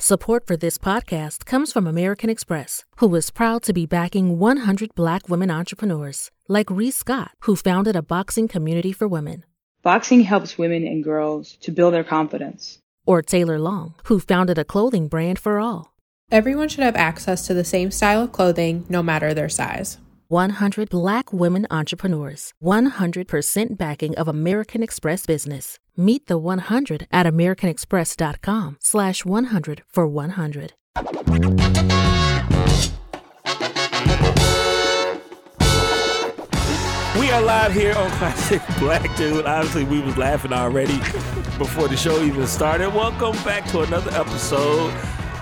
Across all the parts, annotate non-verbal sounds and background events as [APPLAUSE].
Support for this podcast comes from American Express, who is proud to be backing 100 black women entrepreneurs like Reese Scott, who founded a boxing community for women, Boxing helps women and girls to build their confidence. or Taylor Long, who founded a clothing brand for all. Everyone should have access to the same style of clothing, no matter their size. 100 black women entrepreneurs, 100% backing of American Express business. Meet the 100 at americanexpress.com slash 100 for 100. We are live here on Classic [LAUGHS] Black Dude. Obviously, we was laughing already before the show even started. Welcome back to another episode.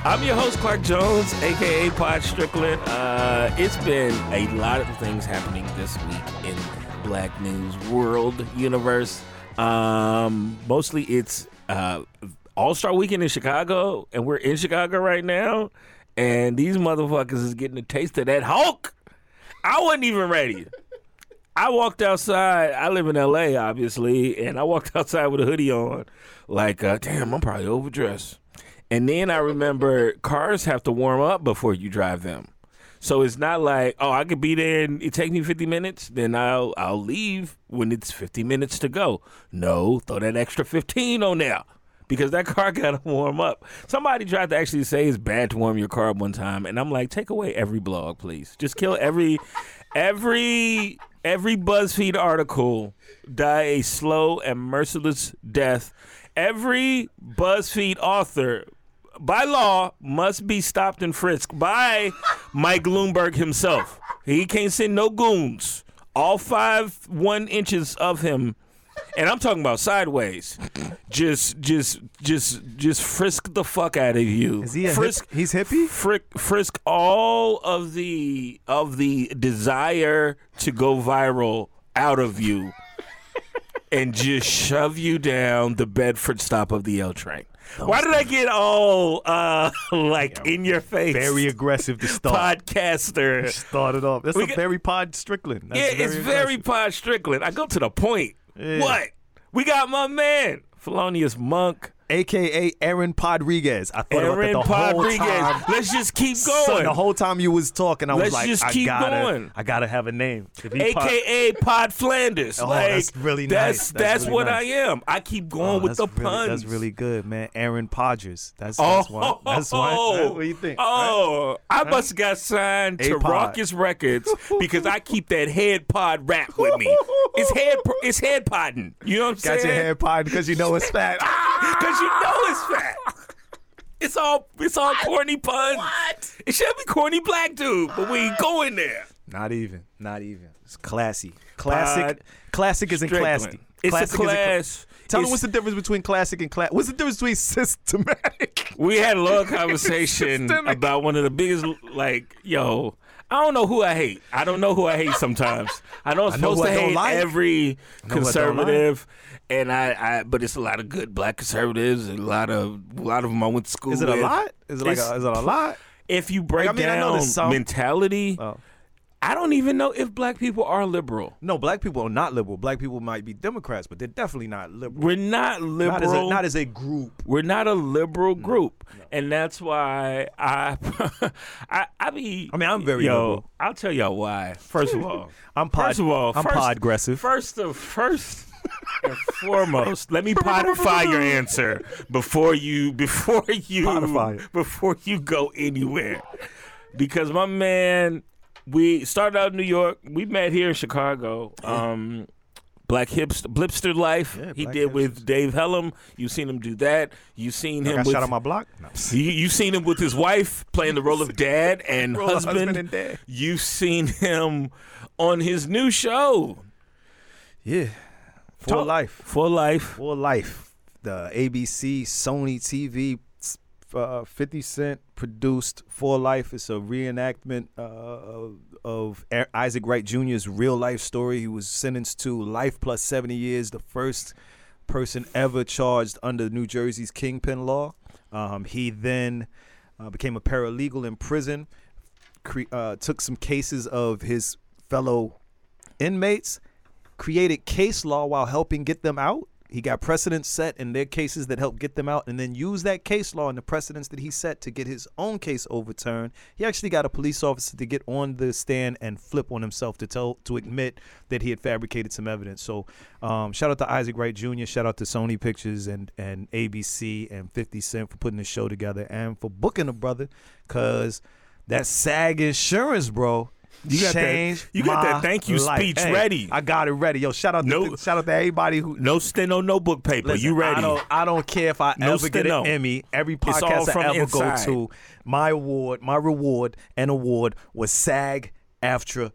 I'm your host, Clark Jones, aka Pod Strickland. Uh, it's been a lot of things happening this week in Black News World universe. Um, mostly, it's uh, All Star Weekend in Chicago, and we're in Chicago right now. And these motherfuckers is getting a taste of that Hulk. I wasn't even ready. I walked outside. I live in L.A. obviously, and I walked [LAUGHS] outside with a hoodie on, like, uh, damn, I'm probably overdressed. And then I remember cars have to warm up before you drive them, so it's not like, oh, I could be there and it take me 50 minutes, then I'll I'll leave when it's 50 minutes to go. No, throw that extra 15 on there because that [LAUGHS] car got to warm up. Somebody tried to actually say it's bad to warm your car up one time, and I'm like, take away every blog, please. Just kill every, every, every BuzzFeed article. Die a slow and merciless death. Every BuzzFeed author. By law, must be stopped and frisked by Mike Bloomberg himself. He can't send no goons. All five one inches of him and I'm talking about sideways. Just, just, just, just frisk the fuck out of you. Is he a hip- frisk? he's hippie? Frisk, frisk all of the of the desire to go viral out of you, and just shove you down the Bedford stop of the L train. Why did I get all uh [LAUGHS] like in your face? very aggressive to start. podcaster. Started off. That's We a got- very pod Strickland. That's Yeah, it's very aggressive. Pod Strickland. I go to the point. Yeah. What? We got my man, Felonious Monk, AKA Aaron Rodriguez. I thought Aaron about that the whole Rodriguez. time. Let's just keep Son, going. the whole time you was talking, I was Let's like, just I keep gotta, going. I gotta have a name. If he pod- AKA Pod Flanders. Oh, like, that's really that's, nice. That's That's really what nice. I am. I keep going Oh, with that's the really- puns. That's really good, man. Aaron Podgers. That's, Oh, [LAUGHS] that's one. That's one. Right? What do you think? Oh, I must have got signed to A-pod. Raucous Records because I keep that head pod rap with me. It's head, it's head podding. You know what I'm Got saying? your hair pod because [LAUGHS] you know it's fat. Cause you know it's fat. It's all it's all corny puns. What? It should be corny black dude, but we ain't going there. Not even. Not even. It's classy. Classic. Pod classic isn't classy. It's classic a isn't cla- class. Tell them It's- what's the difference between classic and class. What's the difference between [LAUGHS] systematic? we had a long conversation Systemic. about one of the biggest like yo. I don't know who I hate. I don't know who I hate sometimes. I know I'm I know who supposed to I don't hate like. every know who I don't like. conservative, and I, I, but it's a lot of good black conservatives, and a lot of, a lot of them I went to school. Is it a with. lot? Is it like It's- a, is it a lot? If you break I mean, I know down there's some- mentality, Oh. I don't even know if black people are liberal. No, black people are not liberal. Black people might be Democrats, but they're definitely not liberal. We're not liberal. Not as a, not as a group. We're not a liberal group, and that's why I, [LAUGHS] I, I be. I mean, I'm very yo. liberal. I'll tell y'all why. First [LAUGHS] of all, I'm pod- First of all, I'm first, podgressive. First of first. And foremost, let me podify your answer before you before you Podify it. before you go anywhere, because my man, we started out in New York. We met here in Chicago. Um, Black hipster, blipster life. Yeah, he Black did with Dave Hellum. You've seen him do that. You've seen him Like I with shot on my block. [LAUGHS] No. you, you've seen him with his wife playing the role of dad and [LAUGHS] Role of husband. husband and dad. You've seen him on his new show, [LAUGHS] Yeah. For Talk- life. For Life. For life. The ABC, Sony TV, uh, 50 Cent produced For Life. It's a reenactment uh, of- of A- Isaac Wright Jr.'s real life story. He was sentenced to life plus 70 years, the first person ever charged under New Jersey's kingpin law. Um, he then uh, became a paralegal in prison, cre- uh, took some cases of his fellow inmates, created case law while helping get them out. He got precedents set in their cases that helped get them out, and then used that case law and the precedents that he set to get his own case overturned. He actually got a police officer to get on the stand and flip on himself to tell to admit that he had fabricated some evidence. So, um, shout out to Isaac Wright Jr., shout out to Sony Pictures and and ABC and 50 Cent for putting the show together and for booking a brother, cause that SAG insurance, bro. You got that- changed you got that my thank you life. speech Hey, ready. I got it ready. Yo, shout out No- to shout out to everybody who No steno, no book paper. Listen, you ready? I don't, I don't care if I No ever get steno. an Emmy. Every It's all podcast from I ever inside. go to, my award, my reward and award was SAG AFTRA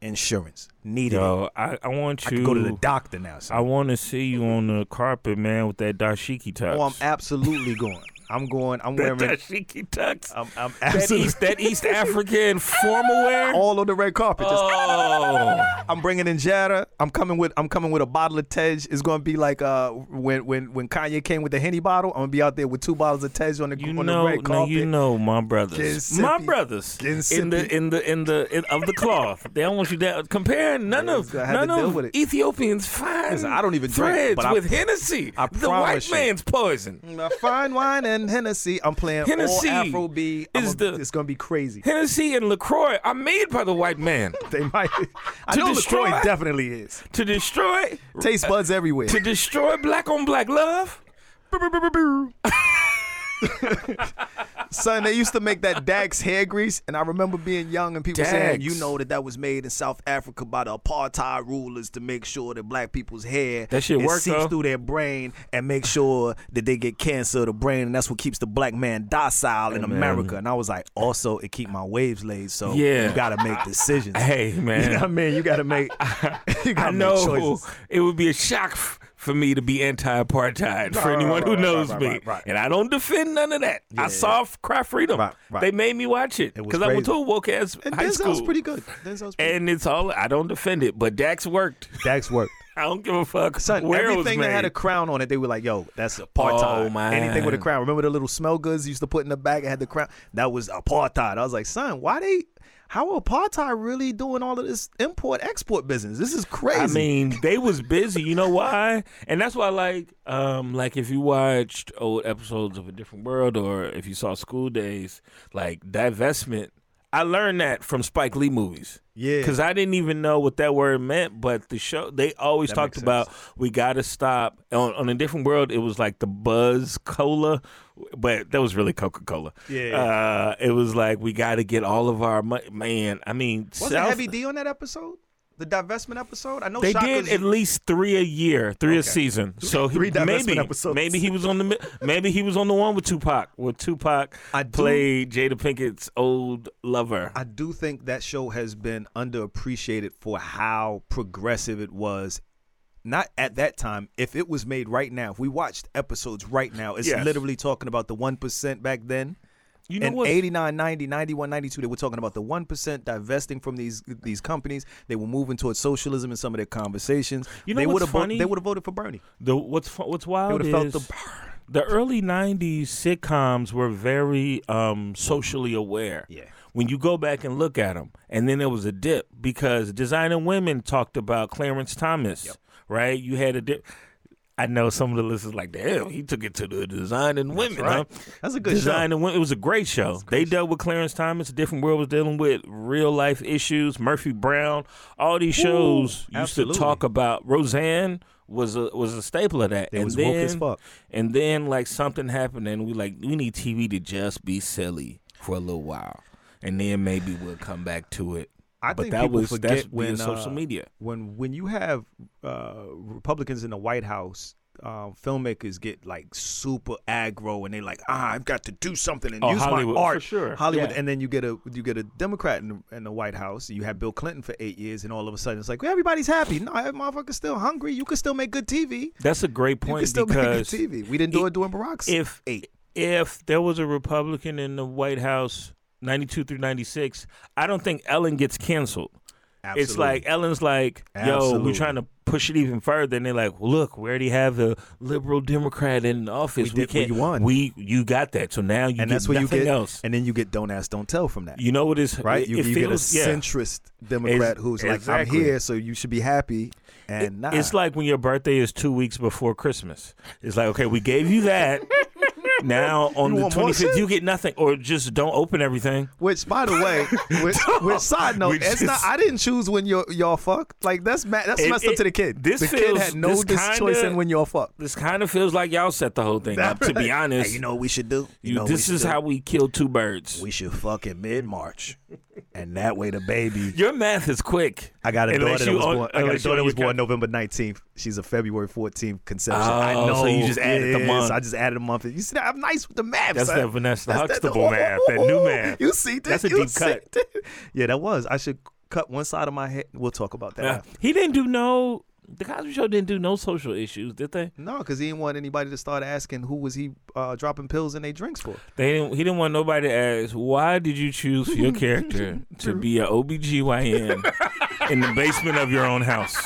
insurance. Needed it. Yo, I, I want you I could go to the doctor now. son. I want to see you on the carpet, man, with that dashiki tux. oh, I'm absolutely going. I'm going. [LAUGHS] I'm that wearing dashiki tux. I'm, I'm that absolutely East, that [LAUGHS] East African formal wear. all on the red carpet. Just Oh, I'm bringing in Jada. I'm coming with I'm coming with a bottle of Tej. It's gonna be like uh when when when Kanye came with the Henny bottle. I'm gonna be out there with two bottles of Tej on the you on know, the red no, carpet. you know, my brothers, Getting sippy. my brothers, Getting in the sippy. in the in the in, of the cloth. They don't want you down. Comparing none Yeah, of I had to none deal of with it. Ethiopians fine. Listen, I don't even drink, threads but I- with Hennessy. I the white promise you. man's poison. My fine wine and Hennessy. I'm playing Hennessy all Afrobeat. I'm is gonna- the- it's gonna be crazy. Hennessy and Lacroix are made by the white man They might. [LAUGHS] I To know destroy- LaCroix definitely is. to destroy Taste buds everywhere. to destroy black on black love. Son, they used to make that Dax hair grease, and I remember being young and people saying, Dax. "You know that that was made in South Africa by the apartheid rulers to make sure that black people's hair That shit it work, seeps though. through their brain and make sure that they get cancer of the brain, and that's what keeps the black man docile in America." And I was like, "Also, it keep my waves laid, so Yeah. you got to make decisions." Hey man, [LAUGHS] You know what I mean? You got [LAUGHS] to make. [LAUGHS] you I got to make know choices. it would be a shock f- for me to be anti-apartheid for right, anyone right, who right, knows right, me, right, right. and I don't defend none of that. I saw f- Cry Freedom. Right, right. They made me watch it It was because I went to crazy. a woke ass And high Denzel's school. pretty good. Denzel's pretty and it's all I don't defend it, but Dax worked. [LAUGHS] Dax worked. I don't give a fuck Son, where it was everything that had made. a crown on it, they were like, "Yo, that's apartheid." Oh, man. Anything with a crown. Remember the little smell goods you used to put in the bag? It had the crown. That was apartheid. I was like, "Son, why they? How apartheid really doing all of this import export business? This is crazy." I mean, they was busy. You know why? And that's why, like, um, like if you watched old episodes of A Different World or if you saw School Days, like divestment, I learned that from Spike Lee movies. Yeah. because I didn't even know what that word meant. But the show they always That talked makes about we got to stop on, on a different world. It was like the Buzz Cola, but that was really Coca Cola. Yeah, yeah. uh, it was like we got to get all of our money. Man, I mean, was South- it Heavy D on that episode? The divestment episode? I know they Shaka's- did at least three a year, three a season. So he, Three divestment maybe episodes. maybe he was on the mi- maybe he was on the one with Tupac. Where Tupac I do- played Jada Pinkett's old lover. I do think that show has been underappreciated for how progressive it was. Not at that time. If it was made right now, if we watched episodes right now, it's Yes. literally talking about the 1% back then. you know In what? 89, 90, 91, 92, they were talking about the 1% divesting from these these companies. They were moving towards socialism in some of their conversations. You know they what's would have funny? they would have voted for Bernie. the what's fu- what's wild would've is felt the the early '90s sitcoms were very um, socially aware. Yeah. When you go back and look at them, and then there was a dip because Designing Women talked about Clarence Thomas, right? You had a dip. I know some of the listeners like, damn, he took it to the Designing Women. right. huh? That's a good Design and Win- it was a great show. they dealt with Clarence Thomas. Different World was dealing with real life issues. Murphy Brown. All these shows used absolutely. to talk about. Roseanne was a was a staple of that. They and was then, woke as fuck. And then like something happened, and we like we need TV to just be silly for a little while, and then maybe we'll come back to it. I but think that people was forget that's when via social uh, media. When when you have uh, Republicans in the White House, um, filmmakers get like super aggro and they like, ah, I've got to do something and Oh, use Hollywood, my for art, sure. Hollywood. Yeah. And then you get a you get a Democrat in, the- in the White House. You have Bill Clinton for eight years, and all of a sudden it's like well, everybody's happy. No, that motherfucker's still hungry. You can still make good TV. That's a great You point can still make good because TV. We didn't do it during Barack's. if if there was a Republican in the White House, ninety two through ninety six, I don't think Ellen gets canceled. It's like Ellen's like, yo, Absolutely. we're trying to push it even further, and they're like, well, look, we already have the liberal Democrat in office. We We, did what can't. you want." We you got that. So now you get and that's what you nothing get. else. And then you get don't ask, don't tell from that. you know what is right? It, You, it you get a feels yeah. centrist Democrat Ex- who's like, I'm exactly. here, so you should be happy. And nah. It's like when your birthday is two weeks before Christmas. It's like, okay, we gave you [LAUGHS] that. now on You the want more twenty fifth, shit? you get nothing, or just don't open everything. Which, by the [LAUGHS] way, which, which side note, We it's not. just- I didn't choose when y'all y'all fucked. Like that's ma- that's It- messed up it- to the kid. this the kid feels- had no this dis- choice kinda- in when y'all fucked. This kind of feels like y'all set the whole thing up. To be honest, [LAUGHS] Hey, you know what we should do. You, You- know what this we is should do? how we kill two birds. we should fuck in mid March, and that way the [LAUGHS] baby. Your math is quick. I got a Unless daughter that you was own- born. I got a unless you daughter that own was your born co- November nineteenth. She's a February fourteenth conception. Oh, I know. so you just added the Yes, month. I just added a month. You see, that? I'm nice with the math. That's son. that Vanessa That's Huxtable math, that new math. You see this? That's a you deep see cut. that? Yeah, that was. I should cut one side of my head. We'll talk about that. Yeah. after. He didn't do no. The Cosby Show didn't do no social issues, did they? No, because he didn't want anybody to start asking who was he uh, dropping pills in their drinks for. They didn't. He didn't want nobody to ask why did you choose for your [LAUGHS] character to be an OBGYN in the basement of your own house.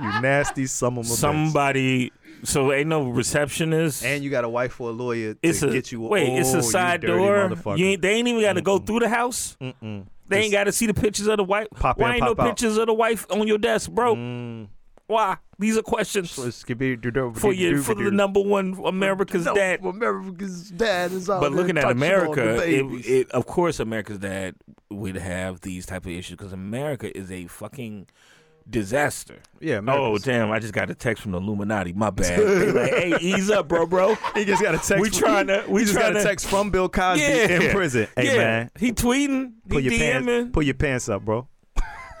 You nasty some of my Somebody. So ain't no receptionist. And you got a wife or a lawyer to it's a get you. wait. it's Oh, a you side dirty door. motherfucker. You ain't, they ain't even got to go through the house. They ain't got to see the pictures of the wife. Pop in, Why ain't pop no out. pictures of the wife on your desk, bro? Mm. Why? These are questions for your for the number one America's No, dad. America's dad is out But there looking at touching on America, the it, babies. it, of course, America's dad would have these type of issues because America is a fucking disaster. yeah, Oh damn! I just got a text from the Illuminati. [LAUGHS] My bad. They like, hey, ease up, bro, bro. [LAUGHS] He just got a text. We tryna- we he just got tryna- a text from Bill Cosby in prison. Hey yeah. man, he tweeting. pull he your DMing. pants. Pull your pants up, bro.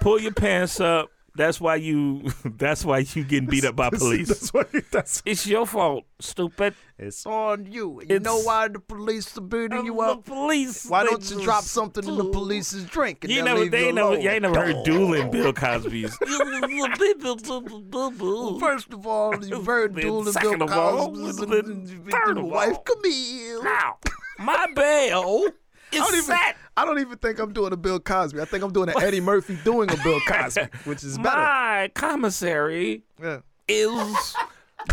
pull your pants up. That's why you. [LAUGHS] That's why you getting beat [LAUGHS] up by police. That's what. That's. It's your fault, stupid. It's on you. You It's- know why the police are beating you The up? police. Why they don't you just- drop something in the police's drink and You they'll never, leave they you ain't never, alone? you ain't never heard Dog. dueling Bill [LAUGHS] Cosby's. First of all, [LAUGHS] you've heard Then dueling second Bill of all, Cosby's and- then and your third of wife. all. Come here. Now, my bell I don't, is even, set. I don't even think I'm doing a Bill Cosby. I think I'm doing an Eddie Murphy doing a Bill Cosby, [LAUGHS] which is better. My commissary Yeah. is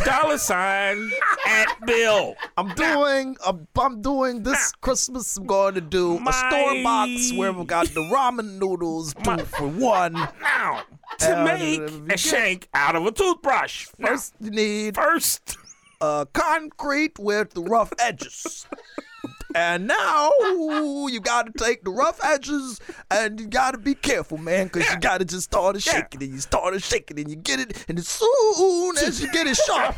dollar sign at Bill. I'm doing I'm, I'm doing this Christmas. I'm going to do My- a store box where we got the ramen noodles two My- for one. Now, to Uh, make a yes. shank out of a toothbrush. First, you need first. uh, concrete with the rough edges. And now you gotta take the rough edges and you gotta be careful, man, because you gotta just start to shake it and you start to shake it and you get it, and as soon as you get it sharp,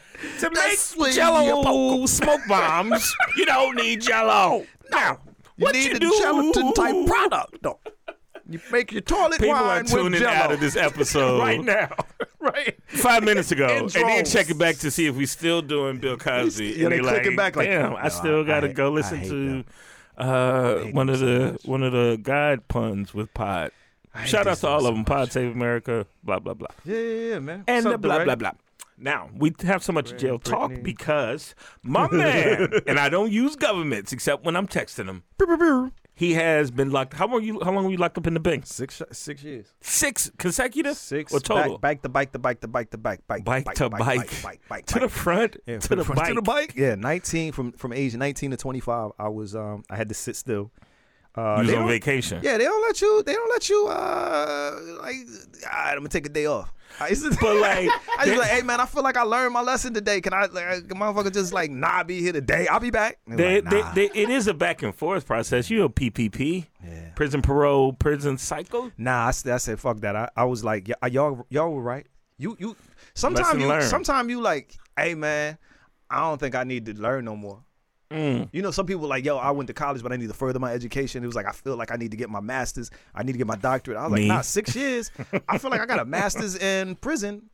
to That's make when jello you poke 'em. smoke bombs, you don't need jello. Now, you what need you a do, gelatin type product, though. You make your toilet People wine are tuning with jello. out of this [LAUGHS] episode Right now. right? Five minutes ago, In and then droves. check it back to see if we still doing Bill Cosby. Yeah, and they they're clicking back like, damn, I no, still I- gotta I- go I listen hate to them. uh, hate one them of so the much. one of the God puns with Pod. hate Shout them out to so- all so of them. Pod Save America. Blah blah blah Yeah, yeah, yeah, man. and What's the up, blah Durag? blah blah. Now we have so much jail talk because my [LAUGHS] man and I don't use governments except when I'm texting him. He has been locked. How long you? How long were you locked up in the bank? Six, six years. Six consecutive. Six. or total. Bike, bike the bike, the bike, the bike, the bike, bike, Bike to bike, bike, bike, to the bike. front, Yeah, to, from the front bike. to the bike. Yeah, nineteen from from age nineteen to twenty five. I was um I had to sit still. Uh, You was they on don't- vacation. Yeah, they don't let you. They don't let you. Uh, like all right, I'm gonna take a day off. [LAUGHS] I used to, But, like, [LAUGHS] I used they- to like, hey man, I feel like I learned my lesson today. Can I, like, can motherfucker, just like nah, be here today? I'll be back. And They, like, nah. they, they, it is a back and forth process. You know, PPP, Yeah. prison parole, prison cycle. Nah, I, said- I said fuck that. I, I was like, y- uh, y'all y'all were right. You you sometimes Lesson you learned. sometimes you like, hey man, I don't think I need to learn no more. Mm. You know, some people like, yo, I went to college, but I need to further my education. It was like I feel like I need to get my master's. I need to get my doctorate. I was Me. like, nah, six years. I feel like I got [LAUGHS] a master's in prison.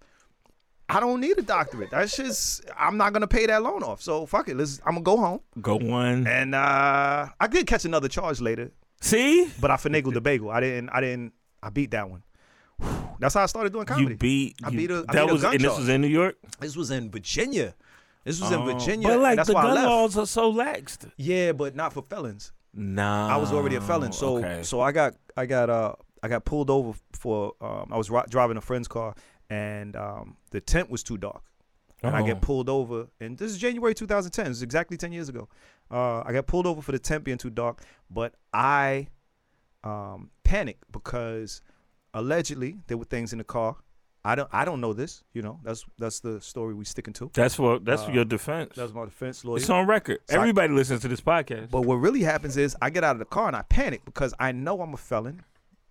I don't need a doctorate. That's just I'm not gonna pay that loan off. So fuck it. Let's I'm gonna go home. Go one. And uh I did catch another charge later See, but I finagled the bagel. I didn't. I didn't. I beat that one. Whew. That's how I started doing comedy. you beat. I you- beat a- I that beat a was gun and this charge. was in New York. this was in Virginia. This was in Virginia. but and like that's the why I gun left. laws are so laxed. Yeah, but not for felons. No, I was already a felon. So Oh, okay. so I got I got uh I got pulled over for um, I was ri- driving a friend's car and um, the tent was too dark. And I Oh. get pulled over, and this is January 2010. This is exactly 10 years ago. Uh, I got pulled over for the tent being too dark, but I um, panicked because allegedly there were things in the car. I don't, I don't know this. You know, that's that's the story we sticking to. that's what that's Uh, your defense. That's my defense lawyer. it's on record. So I- Everybody listens to this podcast. But what really happens is I get out of the car and I panic because I know I'm a felon.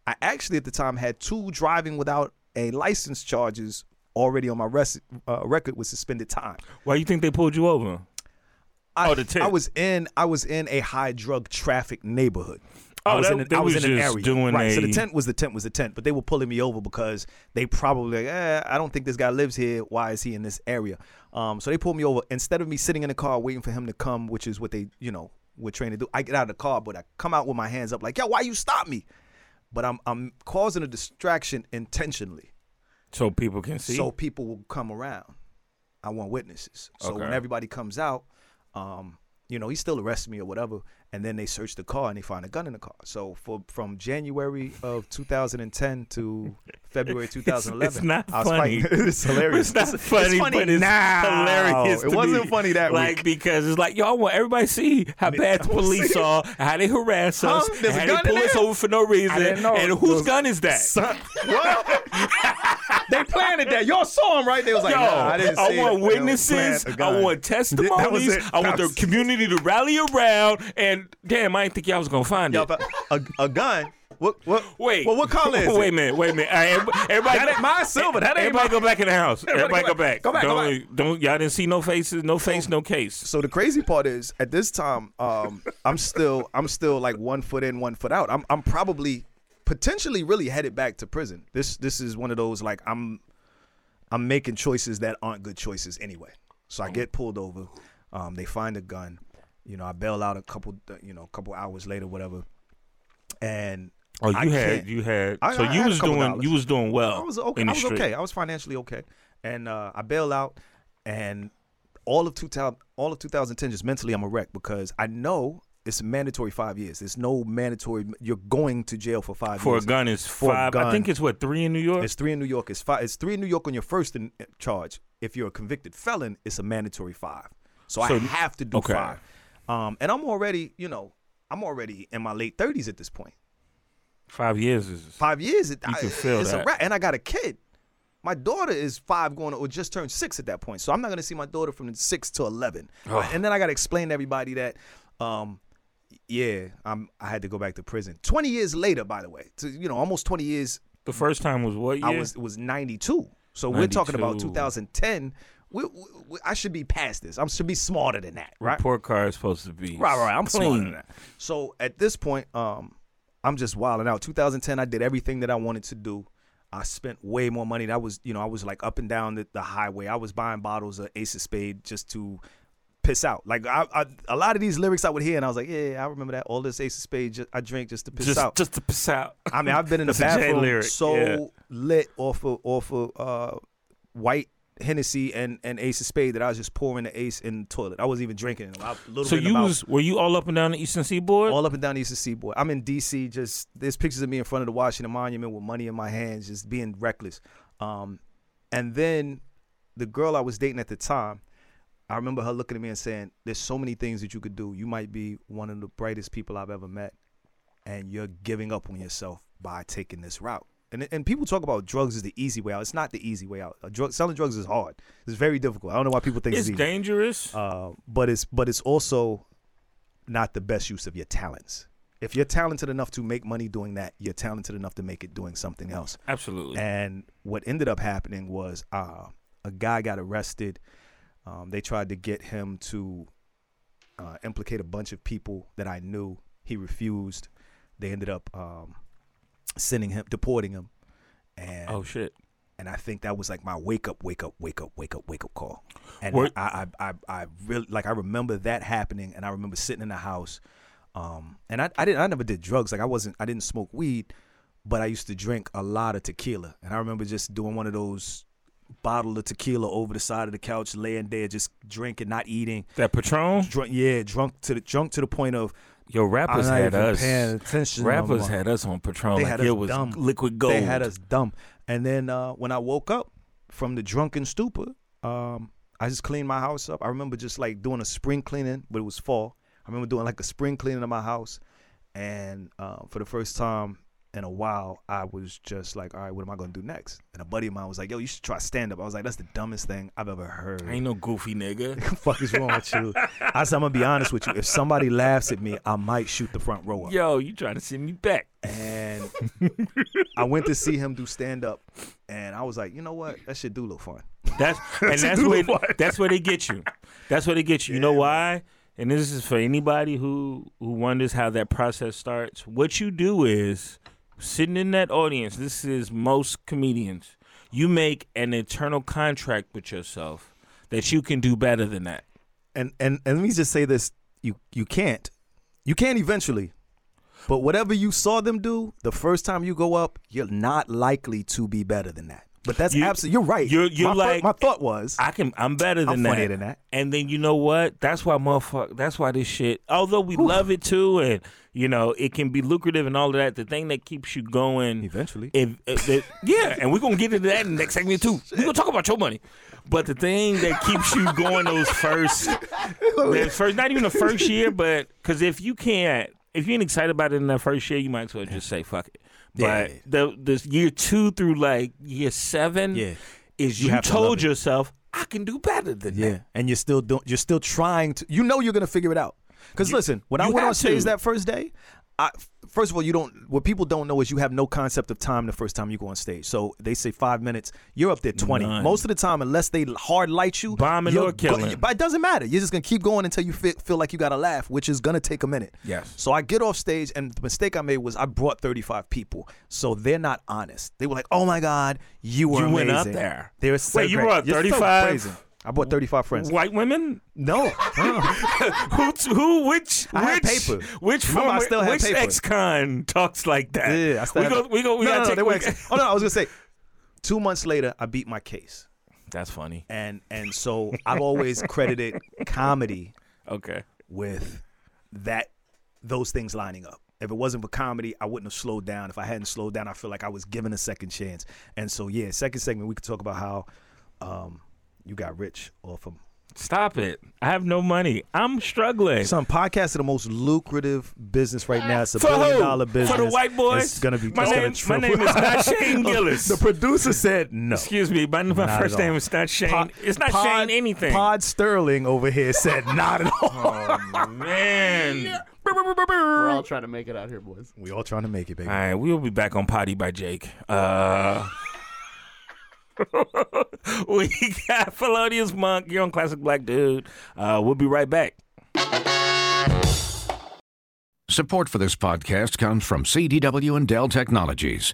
I actually at the time had two driving without a license charges already on my res- uh, record with suspended time. Why you think they pulled you over? I, Oh, the tip. I was in I was in a high drug traffic neighborhood. Oh, I was that- in an, they I was was in an just area. doing right. So a- the tent was the tent was the tent, but they were pulling me over because they probably like, eh, I don't think this guy lives here. Why is he in this area? Um, so they pulled me over instead of me sitting in the car waiting for him to come, which is what they you know were trained to do. I get out of the car, but I come out with my hands up like, yo, why you stop me? But I'm I'm causing a distraction intentionally So people can see. so people will come around. I want witnesses. So when Okay. everybody comes out, um, you know, he still arrests me or whatever, and then they search the car and they find a gun in the car. So for from January of 2010 [LAUGHS] to February It's- 2011, It's not I was funny. Fighting. [LAUGHS] it's hilarious. It's not funny, but it's now. hilarious. It to wasn't me. funny that like, week. because it's like, yo, I want everybody to see how bad [LAUGHS] the police are, how they harass us, Huh? and There's a how gun they in pull us there? over for no reason, didn't know and it whose was- gun is that? Son, what? they planted that. Y'all saw him right there. Was like, Yo, nah, I didn't see want it. They witnesses. planted a I gun. want That was testimonies. it. I want That the was- community to rally around. And damn, I didn't think y'all was gonna find [LAUGHS] [LAUGHS] Y'all it. fa- a, a gun. What? What? Wait. Well, what color is it? [LAUGHS] Wait a minute. Wait a minute. All right, everybody- everybody, That ain't my silver. That ain't everybody my- go back in the house. Everybody, Everybody go back. go back. Go back, go Don't, don't. Y'all didn't see no faces. No face. No case. So the crazy part is, at this time, um, I'm still, I'm still like one foot in, one foot out. I'm, I'm probably, potentially, really headed back to prison. This, this is one of those like I'm, I'm making choices that aren't good choices anyway. So I get pulled over. Um, they find a gun. You know, I bail out a couple, you know, a couple hours later, whatever. And Oh, you I had can't- you had. I- so I you had a was couple doing dollars. you was doing well. I was okay. In I the was street. okay. I was financially okay, and uh, I bailed out. And all of two thousand, all of 2010, just mentally, I'm a wreck because I know it's a mandatory five years. There's no mandatory. You're going to jail for five For a years. gun is For a five. I gun. think it's what three in New York. It's three in New York. It's five. It's three in New York on your first in, eh, charge. If you're a convicted felon, it's a mandatory five. So, So- I have to do okay. five. Um, and I'm already, you know, I'm already in my late 30s at this point. Five years is. five years. It, You I- can feel it's that. a wrap. And I got a kid. My daughter is five going or just turned six at that point. So I'm not gonna see my daughter from six to eleven. And then I gotta explain to everybody that um yeah, I'm I had to go back to prison. Twenty years later, by the way. To you know, almost twenty years The first time was what year? I was it was ninety two. So we're talking about 92. 2010. We, we, we- I should be past this. I should be smarter than that, right? Report card is supposed to be Right, right, right. I'm clean. smarter than that. So at this point, um, I'm just wilding out. 2010, I did everything that I wanted to do. I spent way more money. That was, you know, I was like up and down the, the highway. I was buying bottles of Ace of Spade just to piss out. Like I, I, a lot of these lyrics I would hear, and I was like, yeah, I remember that. All this Ace of Spade ju- I drink just to piss Just, out. just to piss out. I mean, I've been in [LAUGHS] the That's a Jay bathroom lyric, so yeah. lit off of off of uh, white Hennessy and, and Ace of Spade that I was just pouring the Ace in the toilet. I wasn't even drinking it. I was a little So bit in you the mouth was were you all up and down the Eastern Seaboard? all up and down the Eastern Seaboard. I'm in D.C. Just there's pictures of me in front of the Washington Monument with money in my hands, just being reckless. Um, and then the girl I was dating at the time, I remember her looking at me and saying, "There's so many things that you could do. You might be one of the brightest people I've ever met, and you're giving up on yourself by taking this route." And, and people talk about drugs is the easy way out. It's not the easy way out. A drug, selling drugs is hard. It's very difficult. I don't know why people think it's, it's easy. dangerous. Uh, but it's but it's also not the best use of your talents. If you're talented enough to make money doing that, you're talented enough to make it doing something else. Absolutely. And what ended up happening was uh, a guy got arrested. Um, they tried to get him to uh, implicate a bunch of people that I knew. He refused. They ended up um, sending him, deporting him. And oh shit. and I think that was like my wake up, wake up, wake up, wake up, wake up call. And Were- I, I, I, I really like I remember that happening, and I remember sitting in the house, um, and I, I didn't, I never did drugs. Like I wasn't, I didn't smoke weed, but I used to drink a lot of tequila, and I remember just doing one of those bottle of tequila over the side of the couch, laying there, just drinking, not eating, That Patron. drunk, yeah, drunk to the drunk to the point of Yo, rappers I'm had not even us. paying attention no rappers more. had us on Patron They like had it us Oh, was dumb. liquid gold. They had us dumb. And then uh, when I woke up from the drunken stupor, um, I just cleaned my house up. I remember just like doing a spring cleaning, but it was fall. I remember doing like a spring cleaning of my house, and uh, for the first time in a while, I was just like, "All right, what am I gonna do next?" And a buddy of mine was like, "Yo, you should try stand up." I was like, "That's the dumbest thing I've ever heard." Ain't no goofy nigga. [LAUGHS] What the fuck is wrong with you? I said, "I'm gonna be honest with you. If somebody laughs at me, I might shoot the front row up." Yo, you trying to send me back? [LAUGHS] and I went to see him do stand up, and I was like, you know what, that shit do look fun. [LAUGHS] That's and that's do where what? that's where they get you. That's where they get you. You know why? And this is for anybody who who wonders how that process starts. What you do is sitting in that audience. This is most comedians. You make an internal contract with yourself that you can do better than that. And and and let me just say this: you you can't, you can't eventually. But whatever you saw them do the first time you go up, you're not likely to be better than that. But that's You- absolutely you're right. you're- you're my, fir- like- my thought was I can. I'm better than I'm that. funnier than that. And then you know what? That's why motherfucker. That's why this shit. Although we love it too, and you know it can be lucrative and all of that. The thing that keeps you going Eventually. If, if that- yeah, and we're gonna get into that in the next segment too. We're gonna talk about your money, but the thing that keeps you going those first, that first, not even the first year, but because if you can't, if you ain't excited about it in that first year, you might as well just say fuck it. But Yeah. the the year two through like year seven, Yeah. is You you, have to love told it. yourself I can do better than that. yeah, and you're still doing, you're still trying to. You know you're gonna figure it out. Because listen, when I you went have on stage to. that first day, I, first of all, you don't. What people don't know is you have no concept of time the first time you go on stage. So they say five minutes. You're up there twenty. None. Most of the time, unless they hard light you, Bombing you're or killing. go- but it doesn't matter. You're just gonna keep going until you feel, feel like you got to laugh, which is gonna take a minute. Yes. So I get off stage, and the mistake I made was I brought 35 people, so they're not honest. They were like, "Oh my God, you were You went up amazing." there. They were so Wait, you great. brought You're so 35? amazing. I brought 35 friends. White women? [LAUGHS] No. Who? Who? Which? I had which? paper. Which Remember, I former? still had which paper. ex-con talks like that? yeah, I still we have go. it. We go. We no, gotta no, no, take. they we- [LAUGHS] were ex- oh no, I was gonna say, two months later, I beat my case, That's funny. and and so I've always credited comedy Okay. with that those things lining up. If it wasn't for comedy, I wouldn't have slowed down. If I hadn't slowed down, I feel like I was given a second chance. And so yeah, second segment we could talk about how um, you got rich off of Stop it. I have no money. I'm struggling. some podcasts are the most lucrative business right now. It's a For billion who? dollar business. For the white boys? It's gonna be My it's gonna name- my triple. name is [LAUGHS] not Shane Gillis. the producer said no. Excuse me. My, my Not first at all. name is not Shane. Pod- it's not Pod- Shane anything. Oh. Pod Sterling over here said [LAUGHS] not at [LAUGHS] all. Man. We're all trying to make it out here, boys. we all trying to make it, baby. All right, we'll be back on Potty by Jake. Uh, [LAUGHS] we got Felonious Monk. You're on Classic Black Dude. Uh, we'll be right back. Support for this podcast comes from CDW and Dell Technologies.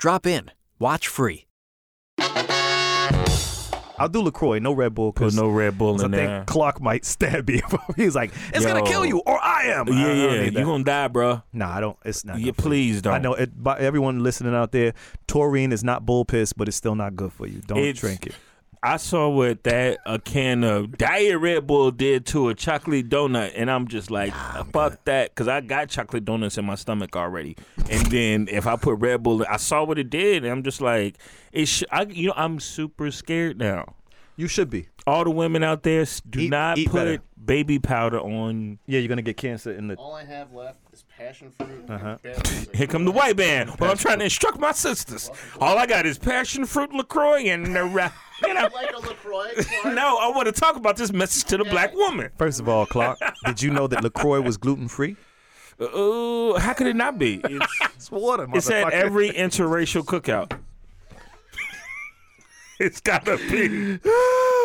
Drop in. Watch free. I'll do Lacroix, no Red Bull, Put because no Red Bull in I there. think Clark might stab me. [LAUGHS] He's like, it's gonna Yo. kill you, or I am. I- I yeah, don't yeah. need You're that. going to die, bro. Nah, I don't. It's not. Yeah, good for you. please don't. I know. It, by everyone listening out there, taurine is not bull piss, but it's still not good for you. Don't It's- drink it. I saw what that a can of Diet Red Bull did to a chocolate donut, and I'm just like, fuck that, because I got chocolate donuts in my stomach already. And then if I put Red Bull, I saw what it did, and I'm just like, it. Sh- I, you know, I'm super scared now. You should be. All the women out there, s- do Eat- not eat put better. baby powder on. Yeah, you're gonna get cancer in the. All I have left is passion fruit. and Uh-huh. berries. Here come the white man. Well, I'm trying to instruct my sisters. All I got is passion fruit Lacroix and the ra- [LAUGHS] you know. Like a Lacroix. Clark. No, I want to talk about this message to the black woman. First of all, Clark, did you know that Lacroix was gluten free? Ooh, how could it not [LAUGHS] be? It's, [LAUGHS] It's water, it's at every interracial cookout. [LAUGHS] it's gotta be.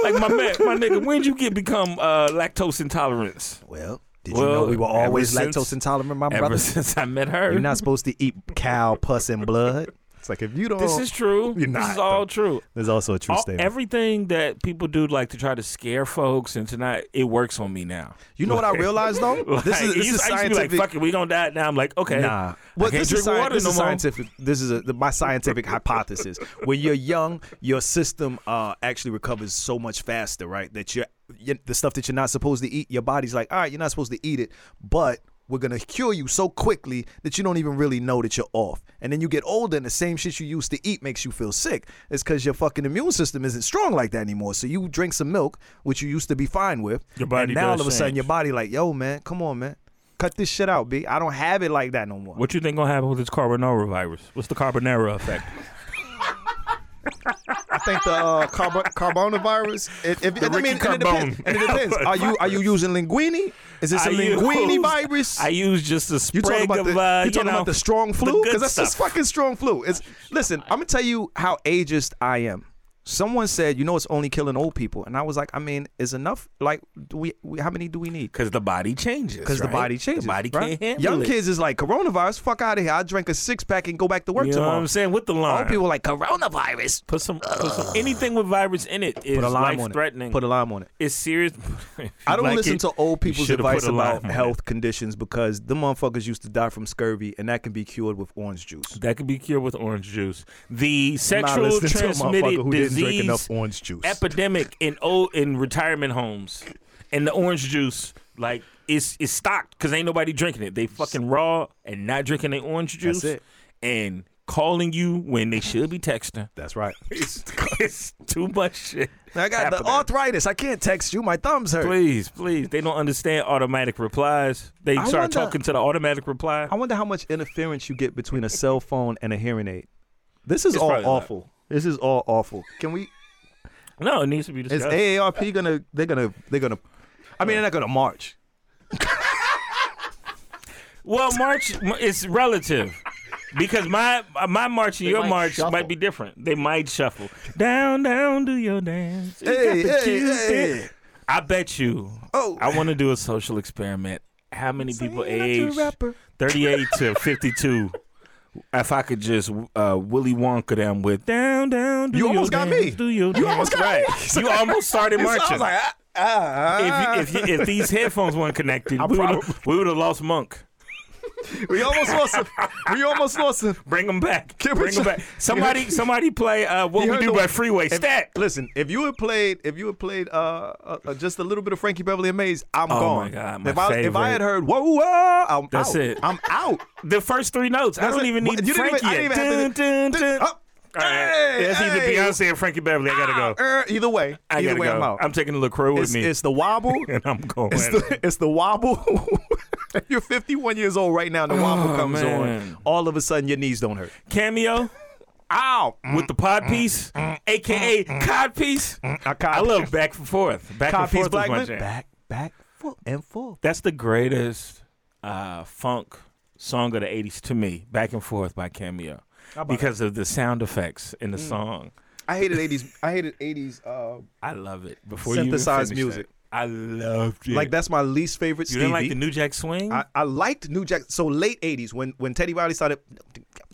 Like my man, my nigga, when would you get become uh, lactose intolerance? Well, did you know Well, we were ever always since- lactose intolerant, my Ever brother? since I met her, You're not supposed to eat cow pus and blood. It's like if you don't. this is true. You're this not, is all though. true. There's also a true All- statement. everything that people do, like to try to scare folks and to not, it works on me now. you know what I Like- realized [LAUGHS] though? Like, this is it this used- is I used to be scientific. Like, Fuck it, we gonna die now. I'm like, okay, Nah. Well, Well, I can't this drink is, sci- water this no is more. scientific. This is a, the, [LAUGHS] my scientific hypothesis. When you're young, your system uh, actually recovers so much faster, right? That you're, you the stuff that you're not supposed to eat, your body's like, all right, you're not supposed to eat it, but we're gonna cure you so quickly that you don't even really know that you're off. And then you get older, and the same shit you used to eat makes you feel sick. It's because your fucking immune system isn't strong like that anymore. So you drink some milk, which you used to be fine with, Your body and now all does of a sudden change. your body like, yo, man, come on, man. Cut this shit out, B. I don't have it like that no more. What you think gonna happen with this carbonara virus? What's the carbonara [LAUGHS] effect? think the uh, carbo- carbonavirus. If, if, The I mean, Ricky and it depends. Carbone. And [LAUGHS] it depends. Are you are you using linguini? Is this a linguini use- [LAUGHS] virus? I use just a you sprig talking about of the uh, you talking know, about the strong flu? good Because that's just stuff. fucking strong flu. It's listen. I'm gonna tell you how ageist I am. Someone said, you know, it's only killing old people, and I was like, I mean, is enough? Like, do we, we how many do we need? Because the body changes. Because the right? body changes. The body right? can't handle Young it. kids is like coronavirus. Fuck out of here. I drank a six pack and go back to work You know what tomorrow. I'm saying? With the All lime. people like coronavirus. put some, put some anything with virus in it is Put a lime life on threatening. it. Put a lime on it. it's serious. [LAUGHS] I don't listen to old people's advice about health. health conditions because the motherfuckers used to die from scurvy, and that can be cured with orange juice. That could be cured with orange juice. The not sexual listening to a transmitted motherfucker who disease didn't drink enough orange juice. epidemic in old in retirement homes, and the orange juice like is is stocked because ain't nobody drinking it. They fucking raw and not drinking their orange juice That's it. and calling you when they should be [LAUGHS] texting. That's right. It's, [LAUGHS] it's too much shit. I got the happening. arthritis. I can't text you. My thumbs hurt. Please, please. They don't understand automatic replies. They I start wonder- talking to the automatic reply. I wonder how much interference you get between a cell phone and a hearing aid. This is It's all probably not. awful. This is all awful. Can we? No, it needs to be Is discussed. AARP gonna? They're gonna. They're gonna. I mean, they're not gonna march. Well, March it's relative because my my march and They your might march shuffle. might be different. They might shuffle down, down, do your dance. You Hey, got the hey, juice hey. in- I bet you. Oh. I want to do a social experiment. How many people Saying I'm your age rapper. thirty-eight [LAUGHS] to fifty-two? If I could just uh, Willy Wonka them with down, down, do You your almost got dance, me. Do your You almost dance." got me. right. [LAUGHS] You almost started So marching. I was like, ah, ah, ah. if, you, if, you, if these headphones weren't [LAUGHS] connected, we probably- would've- we would have lost Monk. we almost lost him. We almost [LAUGHS] lost him. Bring them back. [LAUGHS] Can we Bring them try- back. [LAUGHS] Somebody, somebody play uh, "What He We heard Do" the- by Freeway. If- Stat. Listen, if you had played, if you had played uh, uh, uh, just a little bit of Frankie Beverly and Maze, I'm Oh gone. my God, my if I if I favorite. had heard whoa whoa, I'm That's out. it. I'm out. The first three notes. I That's don't it. even What- need you didn't even- Frankie. I didn't yet. even have to- Dun, dun, dun. Up. All right. Hey, That's either hey. Beyonce or Frankie Beverly. I gotta go. Er, either way, I either gotta way, go. I'm out. taking Lacroix with it's, me, [LAUGHS] it's the wobble. and I'm going. it's the it's the wobble. [LAUGHS] You're 51 years old right now. The wobble Oh, comes man. on. All of a sudden, your knees don't hurt. Cameo. Ow! With the Mm, pod piece, aka cod piece. I Mm, cod- I love back and forth. Back and Copies forth is my Blackman. jam. Back back forth and forth. That's the greatest uh, funk song of the 80s to me, Back and Forth by Cameo. Because of the sound effects in the Mm. song. I hated 80s. I hated 80s. Uh, I love it. Before Synthesized you even finish music. that, I loved it. Like that's my least favorite. You Stevie. didn't like the New Jack Swing? I, I liked New Jack. So late '80s, when when Teddy Riley started,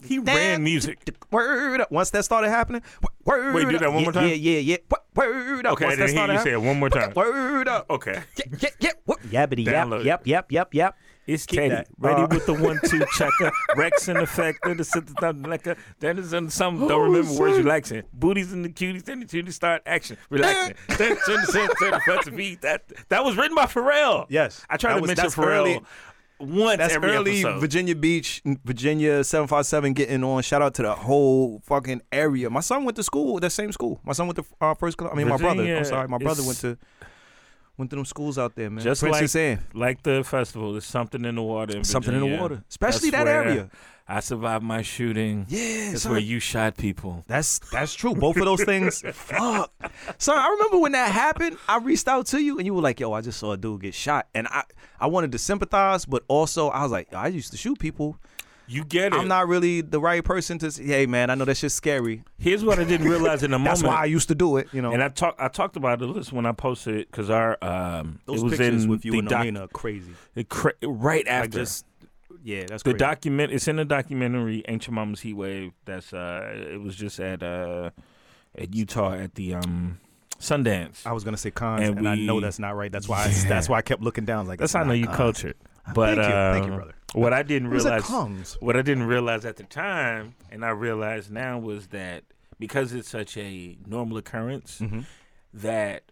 he ran music. Word up. Once that started happening, word Wait, do up. that one more Yeah, time? Yeah, yeah, yeah. Word up. Okay, I didn't Once that hear started you say it happening, one more time. Word up. Okay. Yeah, yeah, yeah. Whoop. Yabbity Download it. yap. Yep, yep, yep, yep. It's Keep Teddy. that. Ready Uh, with the one two checker. Rex in effect. Then it's something like a. Then it's in some. Don't remember words relaxing. Booties and the cuties. Then the cuties start action. Relaxing. [LAUGHS] then it's in the sense, then it's about to be. That that was written by Pharrell. Yes. I tried That to was- mention that's Pharrell. early- once That's every early episode. Virginia Beach, Virginia 757 getting on. Shout out to the whole fucking area. My son went to school, that same school. My son went to uh, first class. I mean, my brother. Virginia I'm sorry. My brother went is- to went to them schools out there, man. Just Princess like Anne. like the festival, there's something in the water. in Something in the Virginia. water. Especially That's that where area. I survived my shooting. Yeah, that's son. where you shot people. That's that's true. Both of those [LAUGHS] things. Fuck. Son, I remember when that happened, I reached out to you and you were like, yo, I just saw a dude get shot. And I, I wanted to sympathize, but also I was like, I used to shoot people. You get it. I'm not really the right person to say, hey man, I know that shit's scary. Here's what I didn't [LAUGHS] realize in the moment. That's why I used to do it, you know. and I talked I talked about this when I posted it because our um those it was pictures in with you the and doc- Amina are crazy. it cra- right after Like just yeah, that's the crazy. document it's in the documentary ancient mama's heat wave that's uh it was just at uh at utah at the um sundance I was gonna say cons, And and, I we- know that's not right. That's why I, that's why I kept looking down. Like that's it's how i know not you cons. cultured but Thank you. Thank you, um, brother. what i didn't It was a realize cons. what i didn't realize at the time and i realize now was that because it's such a normal occurrence Mm-hmm. that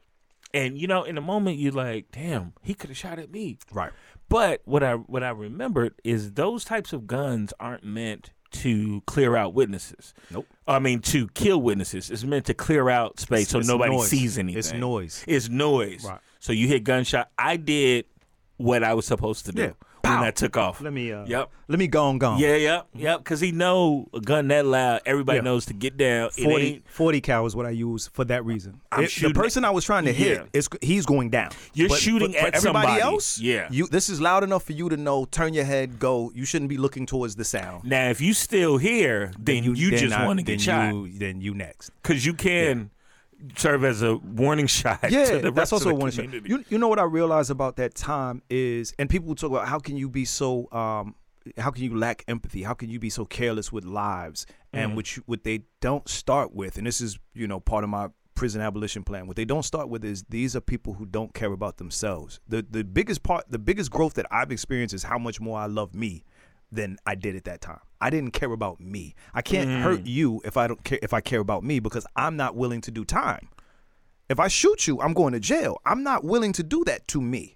and you know in the moment you like damn he could have shot at me Right. But what I what I remembered is those types of guns aren't meant to clear out witnesses. Nope. I mean to kill witnesses. It's meant to clear out space It's- so it's nobody noise. sees anything. It's noise. It's noise. Right. So you hit gunshot. I did what I was supposed to do Yeah. when Pow. I took off. Let me. Uh, Yep. Let me go on. Gone. Mm-hmm. Yeah, yep, yep. Because he know a gun that loud, everybody Yeah. knows to get down. It 40, ain't- 40 cal is what I use for that reason. I'm It- the shooting- person I was trying to hit Yeah. is he's going down. You're shooting for at everybody somebody. else. Yeah. you. This is loud enough for you to know. Turn your head. Go. You shouldn't be looking towards the sound. Now, if you still here, then, you, then just I- want to get then shot you- then you next. because you can serve as a warning shot. yeah, to the that's rest of also the a one shot. community. You you know what I realized about that time is, and people talk about how can you be so um, how can you lack empathy? How can you be so careless with lives Mm. and which what they don't start with? And this is you know part of my prison abolition plan. What they don't start with is these are people who don't care about themselves. The the biggest part, the biggest growth that I've experienced is how much more I love me than I did at that time. I didn't care about me. I can't hurt Mm. you if I don't care if I care about me because I'm not willing to do time. If I shoot you, I'm going to jail. I'm not willing to do that to me.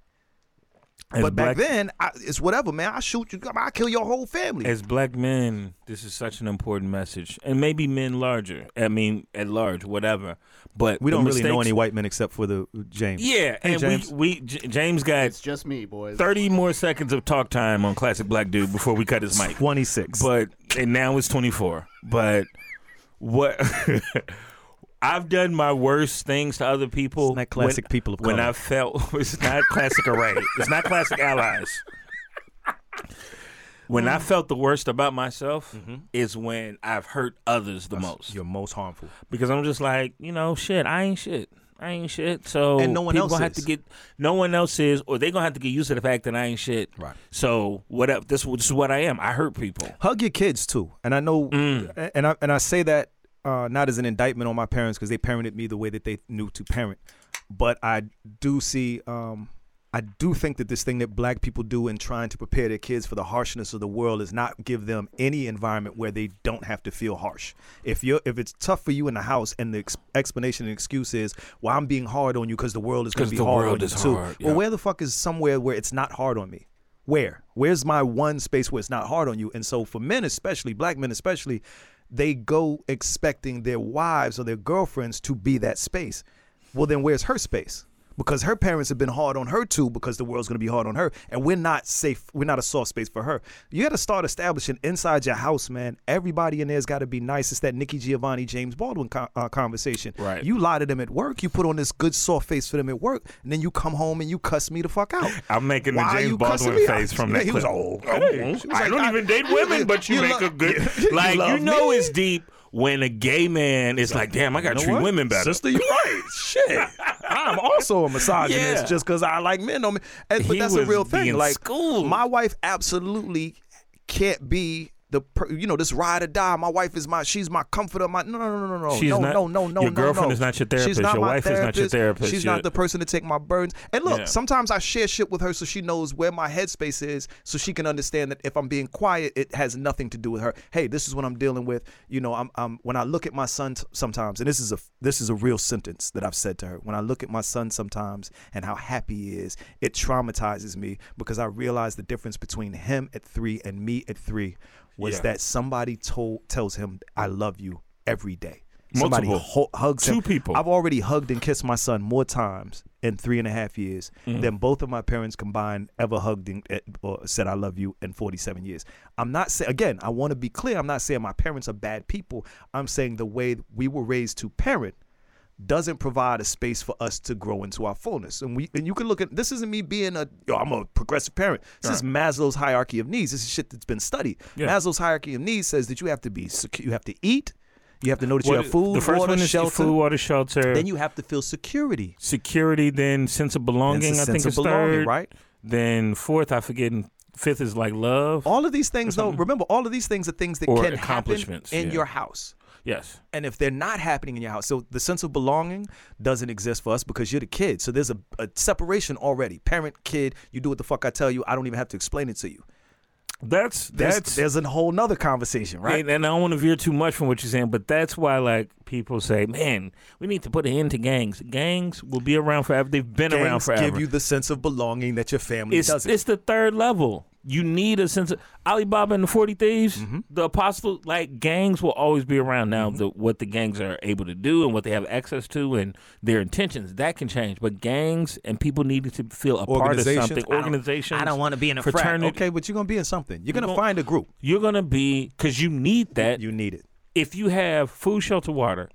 As but back black- then, I, it's whatever, man. I shoot you, I kill your whole family. as black men, this is such an important message, and maybe men larger. I mean, at large, whatever. But we the don't really know mistakes- any white men except for the James. Yeah, Hey, and James. we we J- James got It's just me, boys. thirty more seconds of talk time on Classic Black Dude before we cut his mic. 26. But and now it's 24. But what [LAUGHS] I've done my worst things to other people. It's not classic when- people of When color. I felt [LAUGHS] it's not classic array. It's not classic allies. When I felt the worst about myself Mm-hmm. is when I've hurt others the most. You're most harmful. Because I'm just like, you know, shit, I ain't shit. I ain't shit. So And no one people else gonna have is. to get no one else is or they gonna have to get used to the fact that I ain't shit. Right. So what up this, this is what I am. I hurt people. Hug your kids too. And I know, Mm. a- and I and I say that uh, not as an indictment on my parents because they parented me the way that they knew to parent. But I do see, um, I do think that this thing that black people do in trying to prepare their kids for the harshness of the world is not give them any environment where they don't have to feel harsh. If you are if it's tough for you in the house and the ex- explanation and excuse is, well, I'm being hard on you because the world is going 'Cause to be the hard world on is you too. hard, yeah. Well, where the fuck is somewhere where it's not hard on me? Where? Where's my one space where it's not hard on you? And so for men especially, black men especially, they go expecting their wives or their girlfriends to be that space. Well, then where's her space? Because her parents have been hard on her too, because the world's gonna be hard on her. And we're not safe, we're not a soft space for her. You gotta start establishing inside your house, man. Everybody in there's gotta be nice. It's that Nikki Giovanni, James Baldwin con- uh, conversation. Right. You lie to them at work. You put on this good soft face for them at work, and then you come home and you cuss me the fuck out. I'm making the Why are James you cussing Baldwin me out? face from Yeah, that He was clip. old. I don't even [LAUGHS] date women, but you, make a good like you know it's deep when a gay man is like, damn, I gotta treat women better. [LAUGHS] Sister, you're right. Shit, I'm also a misogynist Yeah. just because I like men. No, man. And, but He that's a was real thing. being Like schooled. my wife absolutely can't be the per, you know this ride or die. My wife is my she's my comforter. My no no no no no She's no, not- no no no your no, girlfriend no. is not your She's therapist. not Your my wife is not your therapist. She's Your- not the person to take my burdens. And look, Yeah. sometimes I share shit with her so she knows where my headspace is, so she can understand that if I'm being quiet, it has nothing to do with her. Hey, this is what I'm dealing with. You know, I'm, I'm when I look at my son t- sometimes, and this is a this is a real sentence that I've said to her. When I look at my son sometimes and how happy he is, it traumatizes me because I realize the difference between him at three and me at three was Yeah. that somebody told tells him I love you every day. Somebody Multiple. ho- hugs him. Two people. I've already hugged and kissed my son more times in three and a half years Mm-hmm. than both of my parents combined ever hugged and, eh, or said I love you in 47 years. I'm not saying again. I want to be clear. I'm not saying my parents are bad people. I'm saying the way we were raised to parent doesn't provide a space for us to grow into our fullness. And we and you can look at this isn't me being a yo, I'm a progressive parent. This is Maslow's hierarchy of needs. This is shit that's been studied. Yeah. Maslow's hierarchy of needs says that you have to be secu- you have to eat, you have to know that you What- have food, the first water, one is shelter. food, water, shelter. then you have to feel security. security, then sense of belonging. Sense of- I sense think of is belonging, third. right? Then fourth, I forget. and Fifth is like love. All of these things, though, remember, all of these things are things that Or can happen accomplishments, in yeah. your house. yes. And if they're not happening in your house, so the sense of belonging doesn't exist for us because you're the kid. So there's a, a separation already. Parent, kid, you do what the fuck I tell you. I don't even have to explain it to you. That's There's, that's there's a whole nother conversation, right? And, and I don't want to veer too much from what you're saying, but that's why like people say, man, we need to put an end to gangs. Gangs will be around forever. They've been around Gangs forever. give you the sense of belonging that your family it's doesn't. it's the third level. You need a sense of Alibaba and the Forty Thieves, Mm-hmm. the Apostle. Like gangs will always be around. Now, the, what the gangs are able to do and what they have access to and their intentions that can change. But gangs and people needing to feel a part of Organizations. something. I don't- Organizations. I don't want to be in a frat. fraternity. Okay, but you're gonna be in something. You're You gonna gon- find a group. You're gonna be because you need that. You need it. if you have food, shelter, water,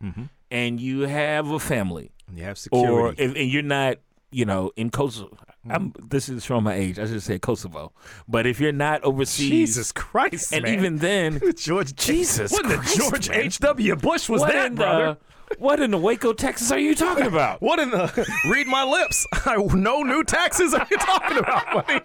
and you have a family, And you have Mm-hmm. security. Mm-hmm. or if, and you're not, you know, in Kosovo. I'm, this is from my age. I should say Kosovo. But if you're not overseas, Jesus Christ, and man. even [LAUGHS] then, George [LAUGHS] Jesus What Christ, the George man. H. W. Bush was what that, in brother? the what in the Waco, Texas, are you [LAUGHS] talking about? What in the [LAUGHS] read my lips? [LAUGHS] I no new taxes are you talking about, buddy?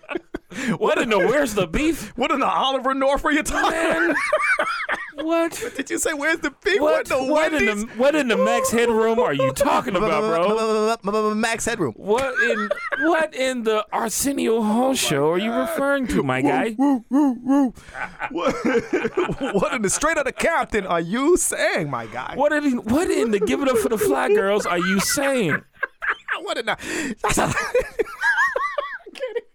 What in the where's the beef? What in the Oliver North are you talking Man, [LAUGHS] about? what? Did you say where's the big What? What, the What in Wendy's? the what in the Max Headroom are you [LAUGHS] talking about, bro? bro? Max Headroom. What in what in the Arsenio Hall show are you referring to, my guy? Woo, woo, woo. What, [LAUGHS] what [LAUGHS] in the straight out of Compton are you saying, my guy? What in what in the give it up for the fly girls are you saying? What [LAUGHS] in the?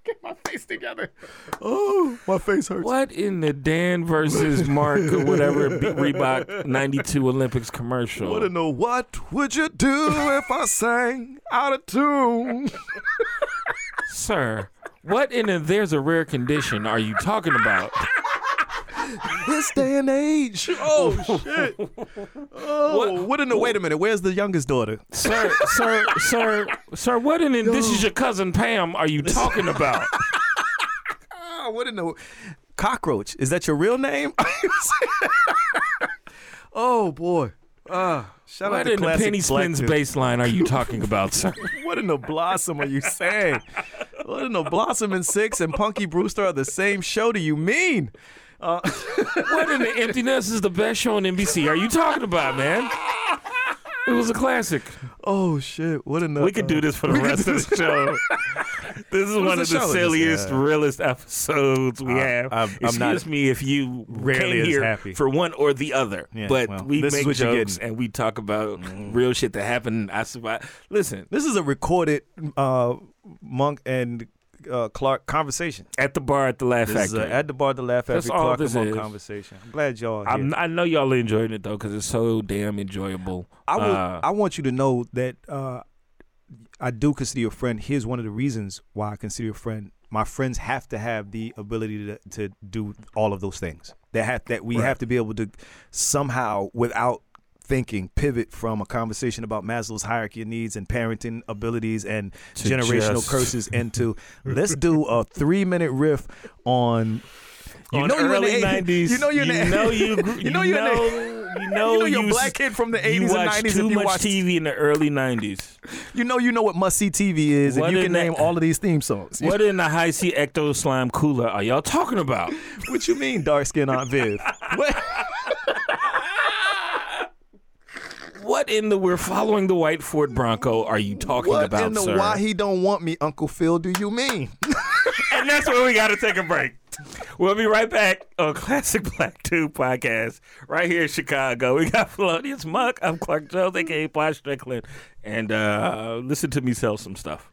Get my face together. oh, my face hurts. What in the Dan versus Mark or whatever [LAUGHS] Be- Reebok '92 Olympics commercial? Wanna know what would you do if I sang out of tune? Sir, what in the there's a rare condition are you talking about? This day and age. [LAUGHS] Oh shit. Oh, what, in the? Wait a minute. Where's the youngest daughter? Sir, sir, sir, sir, what in the this is your cousin Pam are you talking about? Ah, what in the? Cockroach. Is that your real name? [LAUGHS] oh boy. Ah, [LAUGHS] shout out What to in the classic penny Black spins Dude. baseline are you talking about, sir? What in the blossom are you saying? What in the blossom and six and Punky Brewster are the same show? Do you mean? What in the emptiness is the best show on NBC are you talking about, man? It was a classic. Oh shit! What in the? uh, We could do this for the rest of the show. This is one the of the show? silliest, Yeah. realest episodes we have. I'm- I'm Excuse not- me if you Rarely came as here happy. for one or the other, Yeah, but well, we this is make what you're jokes getting. and we talk about real shit that happened. I survived. Listen, [LAUGHS] This is a recorded uh, Monk and uh, Clark conversation. at the bar at the Laugh This is a, Factory. at the bar, the laugh That's every all Clark and this Monk is. conversation. I'm glad y'all. Here. I'm, I know y'all are enjoying it though because it's so damn enjoyable. I will, Uh, I want you to know that uh, I do consider you a friend. Here's one of the reasons why I consider you a friend. My friends have to have the ability to, to do all of those things. They have that we have to be able to somehow without thinking pivot from a conversation about Maslow's hierarchy of needs and parenting abilities and To [LAUGHS] generational just- curses into let's do a 3 minute riff on You on know you're in early the eight- 90s. you know you're in the- you know [LAUGHS] you gr- you know you're in the- [LAUGHS] you know you know you're a s- black kid from the you 80s and watched 90s if Too you much watched- TV in the early 90s. You know, you know what must see TV is, What and you in can that- name all of these theme songs. What in the high C ecto slime cooler are y'all talking about? What you mean, dark skin Aunt [LAUGHS] Viv? What? What in the we're following the white Ford Bronco are you talking What about, in the sir? why he don't want me, Uncle Phil? Do you mean? [LAUGHS] and that's where we got to take a break. We'll be right back on Classic Black 2 podcast right here in Chicago. We got Felonious Monk. I'm Clark Jones, aka Pod Strickland. And uh, listen to me sell some stuff.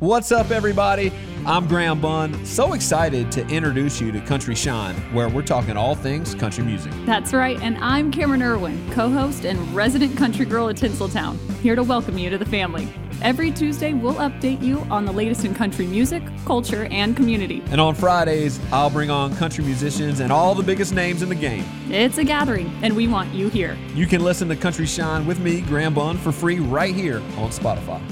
What's up, everybody? I'm Graham Bunn. So excited to introduce you to Country Shine, where we're talking all things country music. That's right, and I'm Cameron Irwin, co host and resident country girl at Tinseltown, here to welcome you to the family. Every Tuesday, we'll update you on the latest in country music, culture, and community. And on Fridays, I'll bring on country musicians and all the biggest names in the game. It's a gathering, and we want you here. You can listen to Country Shine with me, Graham Bunn, for free right here on Spotify.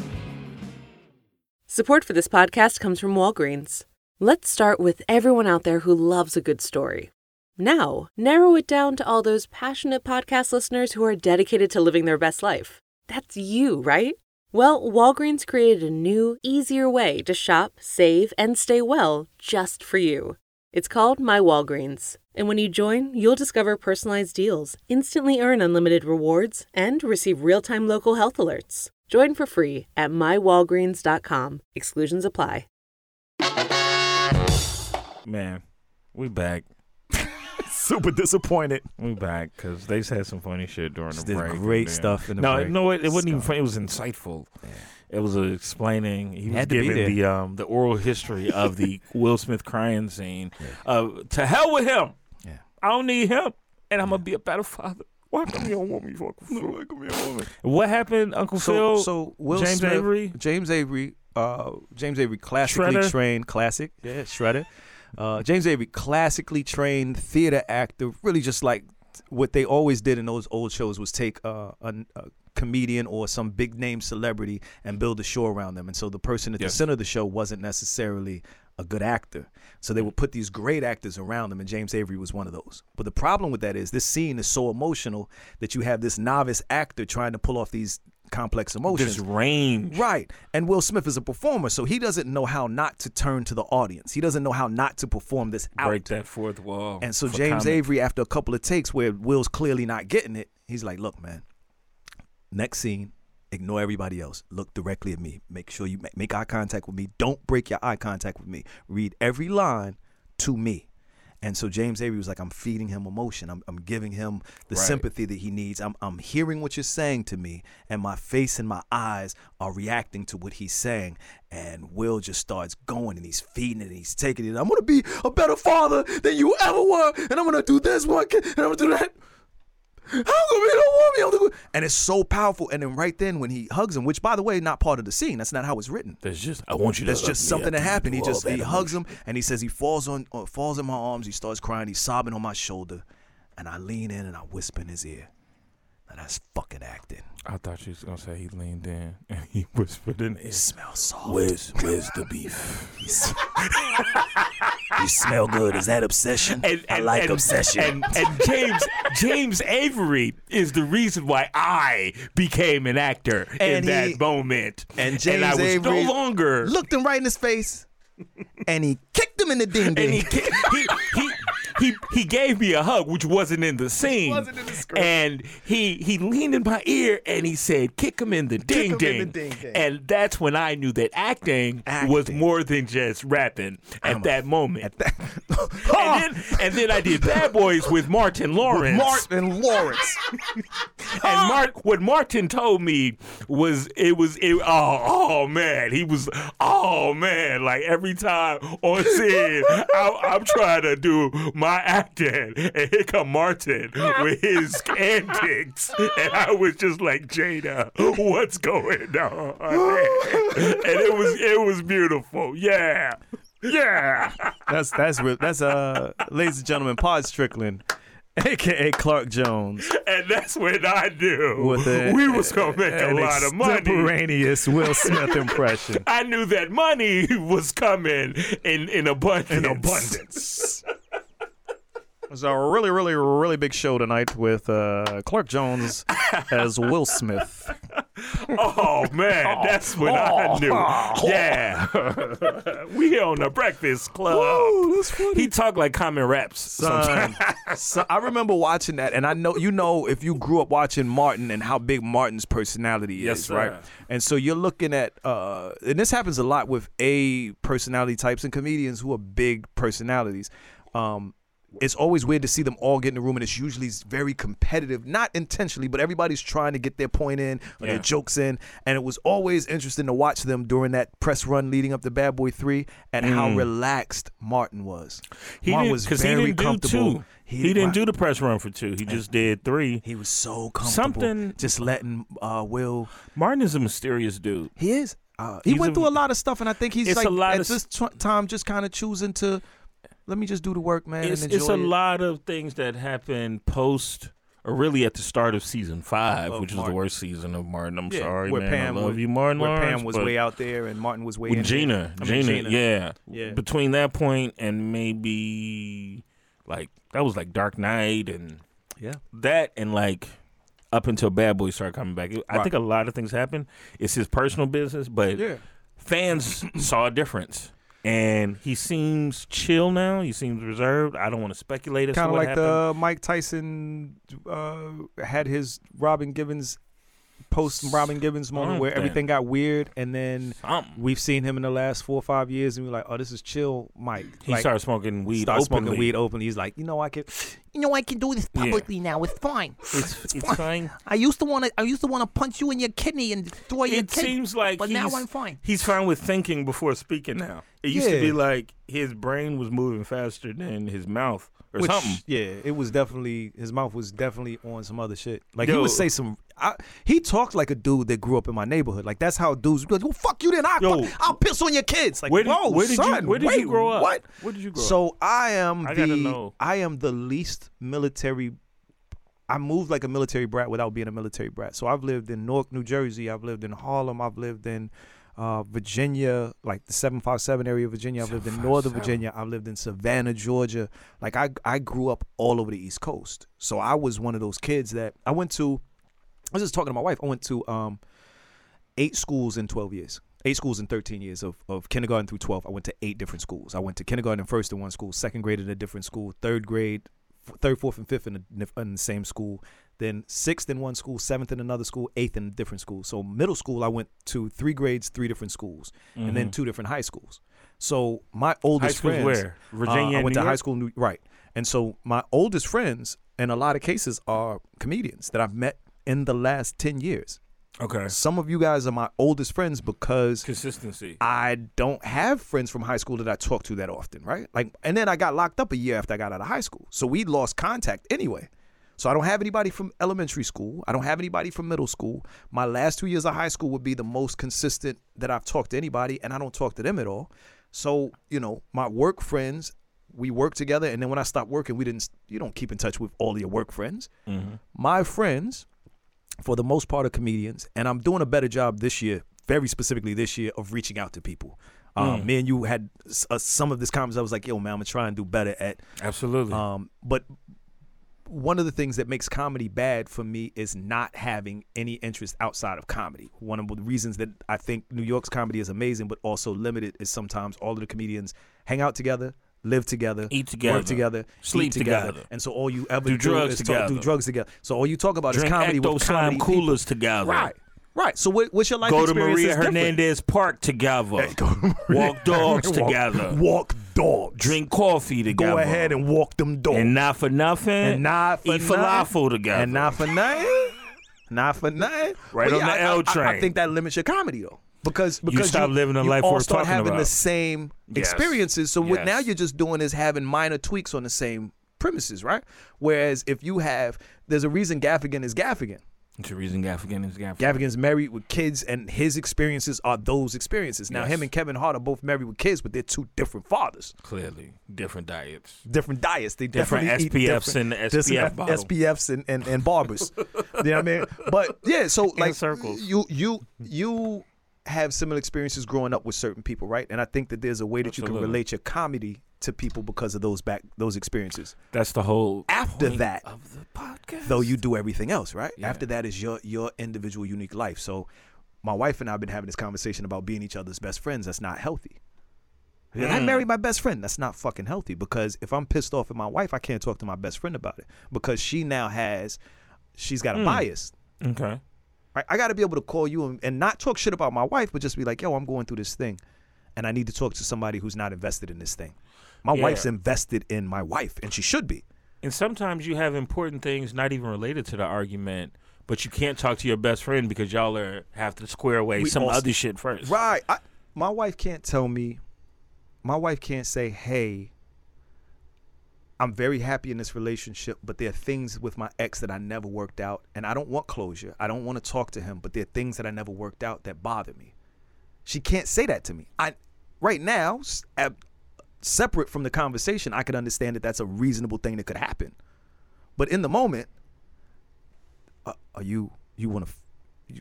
Support for this podcast comes from Walgreens. Let's start with everyone out there who loves a good story. Now, narrow it down to all those passionate podcast listeners who are dedicated to living their best life. That's you, right? Well, Walgreens created a new, easier way to shop, save, and stay well just for you. It's called My Walgreens. And when you join, you'll discover personalized deals, instantly earn unlimited rewards, and receive real time local health alerts. Join for free at mywalgreens.com. Exclusions apply. Man, we back. Super disappointed. We back because they said some funny shit during Just the did break. great and then- stuff in the no, break. No, it, it wasn't even Scott. funny. It was insightful. It was uh, explaining. He was Had to be giving the there. um, the oral history of [LAUGHS] the Will Smith crying scene. Uh, to hell with him. Yeah. I don't need him, and I'm gonna be a better father. Why come you don't want me, Uncle Phil? What happened, Uncle So, Phil? so Will James Smith, Avery. James Avery, uh, James Avery, classically Shredder. trained, classic, yeah, shredder. Uh, James Avery, classically trained theater actor, really just like what they always did in those old shows was take uh, a, a comedian or some big name celebrity and build a show around them. And so the person at Yes. the center of the show wasn't necessarily a good actor. So they would put these great actors around them, and James Avery was one of those. But the problem with that is this scene is so emotional that you have this novice actor trying to pull off these complex emotions. This range. Right. And Will Smith is a performer, so he doesn't know how not to turn to the audience. He doesn't know how not to perform this out. Break that fourth wall. And so for James comedy. Avery, after a couple of takes where Will's clearly not getting it, he's like, "Look, man, next scene, ignore everybody else. Look directly at me. Make sure you ma- make eye contact with me. Don't break your eye contact with me. Read every line to me." And so James Avery was like, "I'm feeding him emotion. I'm, I'm giving him the Right. sympathy that he needs. I'm I'm hearing what you're saying to me, and my face and my eyes are reacting to what he's saying." And Will just starts going, and he's feeding it, and he's taking it. I'm gonna be a better father than you ever were, and I'm gonna do this one, kid, and I'm gonna do that. How come you don't want me? I'm the good-" And it's so powerful. And then right then when he hugs him, which by the way, not part of the scene. That's not how it's written. There's just I want you. That's to just something that happened. He just he hugs him and he says he falls on uh, falls in my arms. He starts crying. He's sobbing on my shoulder, and I lean in and I whisper in his ear. Now that's fucking acting. I thought she was gonna say he leaned in [LAUGHS] and he whispered in You his. smell soft. Where's Where's the beef? [LAUGHS] You s- you smell good. Is that [LAUGHS] obsession? I like obsession. And, and James James Avery is the reason why I became an actor in And he- that moment. And James I was Avery no longer [LAUGHS] looked him right in his face, and he kicked him in the ding [LAUGHS] and he, ding. ki- he he he he gave me a hug, which wasn't in the scene. wasn't in the script. And he he leaned in my ear and he said, "Kick him in the ding him ding." in the ding-ding. And that's when I knew that acting, was Acting. more than just rapping at that moment. [LAUGHS] and then and then I did Bad Boys with Martin Lawrence. Martin [LAUGHS] Lawrence. and Mark, what Martin told me was it was it, oh oh man, he was oh man, like every time on scene, I, I'm trying to do my acting, and here come Martin with his antics, and I was just like Jada, what's going on? and it was it was beautiful, yeah, yeah. That's that's real. That's uh, ladies and gentlemen, Pod Strickland aka Clark Jones, and that's when I knew with a, we was gonna make a an lot of money. extemporaneous Will Smith [LAUGHS] impression. I knew that money [LAUGHS] was coming in in abundance. In abundance. It was a really, really, really big show tonight with uh, Clark Jones as Will Smith. [LAUGHS] oh man, that's when oh. I knew. [LAUGHS] Yeah, we on the Breakfast Club. He talked like common raps. Son, [LAUGHS] Sometimes. [LAUGHS] son, I remember watching that, and I know you know if you grew up watching Martin and how big Martin's personality Yes, is, sir. right? And so you're looking at, uh, and this happens a lot with A personality types and comedians who are big personalities. Um, it's always weird to see them all get in the room, and it's usually very competitive, not intentionally, but everybody's trying to get their point in or Yeah. their jokes in. And it was always interesting to watch them during that press run leading up to Bad Boy 3 and how Mm. relaxed Martin was. He Martin didn't- was 'cause very he didn't comfortable. Do two. He, didn't do the press run for two. He just did three. He was so comfortable. Something just letting uh, Will. Martin is a mysterious dude. He is. Uh, he He's went a- through a lot of stuff, and I think he's It's like a lot at of this s- tw- time just kind of choosing to let me just do the work, man. it's, and it's enjoy a it. lot of things that happen post or really at the start of season five, which is the worst season of Martin. I'm Yeah, sorry, where man. Pam I love was, you, Martin. Where Lawrence, Pam was but way out there, and Martin was way with in here. Gina, I mean, Gina, yeah, yeah. Between that point and maybe like that was like Dark Knight and Yeah. that and like up until Bad Boy started coming back. I Right. think a lot of things happened. It's his personal business, but Yeah. fans saw a difference. And he seems chill now. He seems reserved. I don't want to speculate as to Kind of what like happened. the Mike Tyson uh, had his Robin Givens post Robin Givens moment where Something. everything got weird, and then Something. we've seen him in the last four or five years, and we're like, oh, this is chill, Mike. He like, started smoking weed started smoking openly. weed openly. He's like, you know, I can, you know, I can do this Yeah. publicly now. [LAUGHS] It's fine. It's, it's fine. I used to want to, I used to want to punch you in your kidney and destroy your It kidney. seems like but now he's- I'm fine. He's fine with thinking before speaking now. It used to Yeah. be like his brain was moving faster than his mouth or Which, something. Yeah, it was definitely his mouth was definitely on some other shit. Like he Yo. would say some. I, he talked like a dude that grew up in my neighborhood. Like that's how dudes. would be Like, well, fuck you, then I. Yo. fuck- I'll piss on your kids. Like, Where did- whoa, where did you- son, where did you wait, grow up? What? Where did you grow so I am I the. gotta know. I am the least military. I moved like a military brat without being a military brat. So I've lived in Newark, New Jersey. I've lived in Harlem. I've lived in. Uh, Virginia, like the 757 area of Virginia. I've lived in Northern Virginia. I've lived in Savannah, Georgia. Like I, I grew up all over the East Coast. So I was one of those kids that I went to. I was just talking to my wife. I went to um, eight schools in 12 years. Eight schools in 13 years of, of kindergarten through 12. I went to eight different schools. I went to kindergarten and first in one school, second grade in a different school, third grade, f- third, fourth, and fifth in, a, in the same school, then sixth in one school, seventh in another school, eighth in a different school. So middle school, I went to three grades, three different schools, and then Mhm. two different high schools. So my oldest schools friends, where? uh, Virginia I and went New to high York? school, New, right? And so my oldest friends, in a lot of cases, are comedians that I've met in the last ten years. Okay. Some of you guys are my oldest friends because Consistency. I don't have friends from high school that I talk to that often, right? Like, and then I got locked up a year after I got out of high school, so we lost contact anyway. So I don't have anybody from elementary school. I don't have anybody from middle school. My last two years of high school would be the most consistent that I've talked to anybody, and I don't talk to them at all. So you know, my work friends, we work together, and then when I stopped working, we didn't. You don't keep in touch with all your work friends my friends, for the most part, are comedians, and I'm doing a better job this year, very specifically this year, of reaching out to people. Um, Mm. Me and you had s- uh, some of this conversation. I was like, "Yo, man, I'm gonna try and do better at." Absolutely. Um, but one of the things that makes comedy bad for me is not having any interest outside of comedy. One of the reasons that I think New York's comedy is amazing, but also limited, is sometimes all of the comedians hang out together, live together, Eat together, work together, sleep eat together, together. and so all you ever Do do, drugs is talk, do together. drugs together. So all you talk about Drink is comedy Ecto with Slime comedy coolers people. together. Right, right. So what, what's your life Go to experience? Maria is different. [LAUGHS] Hernandez Park together. [LAUGHS] Walk dogs Walk- together. Walk dogs. Drink coffee together. Go ahead and walk them dogs. And not for nothing. And not for Eat nothing. falafel together. And not for nothing. Not for nothing. [LAUGHS] Right But on the I- L I- I- I, train. think that limits your comedy though. Because You because stop living the you life all we're start talking having the about. same Yes. experiences. So what now Yes. you're just doing is having minor tweaks on the same premises, right? Whereas if you have there's a reason Gaffigan is Gaffigan. Therese Gaffigan is Gaffigan. Gaffigan's married with kids, and his experiences are those experiences. Now, Yes. him and Kevin Hart are both married with kids, but they're two different fathers, Clearly, different diets. different diets. They Different definitely eat SPFs in the different- SPF different [LAUGHS] bottle. SPFs and, and, [LAUGHS] and barbers. you know what I mean? But yeah, so like circles. you you you have similar experiences growing up with certain people, right? And I think that there's a way that you Absolutely. can relate your comedy to people because of those back those experiences. That's the whole After point that, of the podcast. though you do everything else, right? After that is your your individual unique life. So my wife and I have been having this conversation about being each other's best friends. That's not healthy. Yeah, I Mm. married my best friend. That's not fucking healthy because if I'm pissed off at my wife, I can't talk to my best friend about it because she now has, she's got a Mm. bias. Okay. Right? I got to be able to call you and, and not talk shit about my wife, but just be like, yo, I'm going through this thing and I need to talk to somebody who's not invested in this thing. My Yeah. wife's invested in my wife and she should be. And sometimes you have important things not even related to the argument, but you can't talk to your best friend because y'all are have to square away We some also- other shit first. Right. I, my wife can't tell me. My wife can't say, "Hey, I'm very happy in this relationship, but there are things with my ex that I never worked out, and I don't want closure. I don't want to talk to him, but there are things that I never worked out that bother me." She can't say that to me. I right now, s- ab- separate from the conversation, I could understand that that's a reasonable thing that could happen. But in the moment, uh, are you you want to you,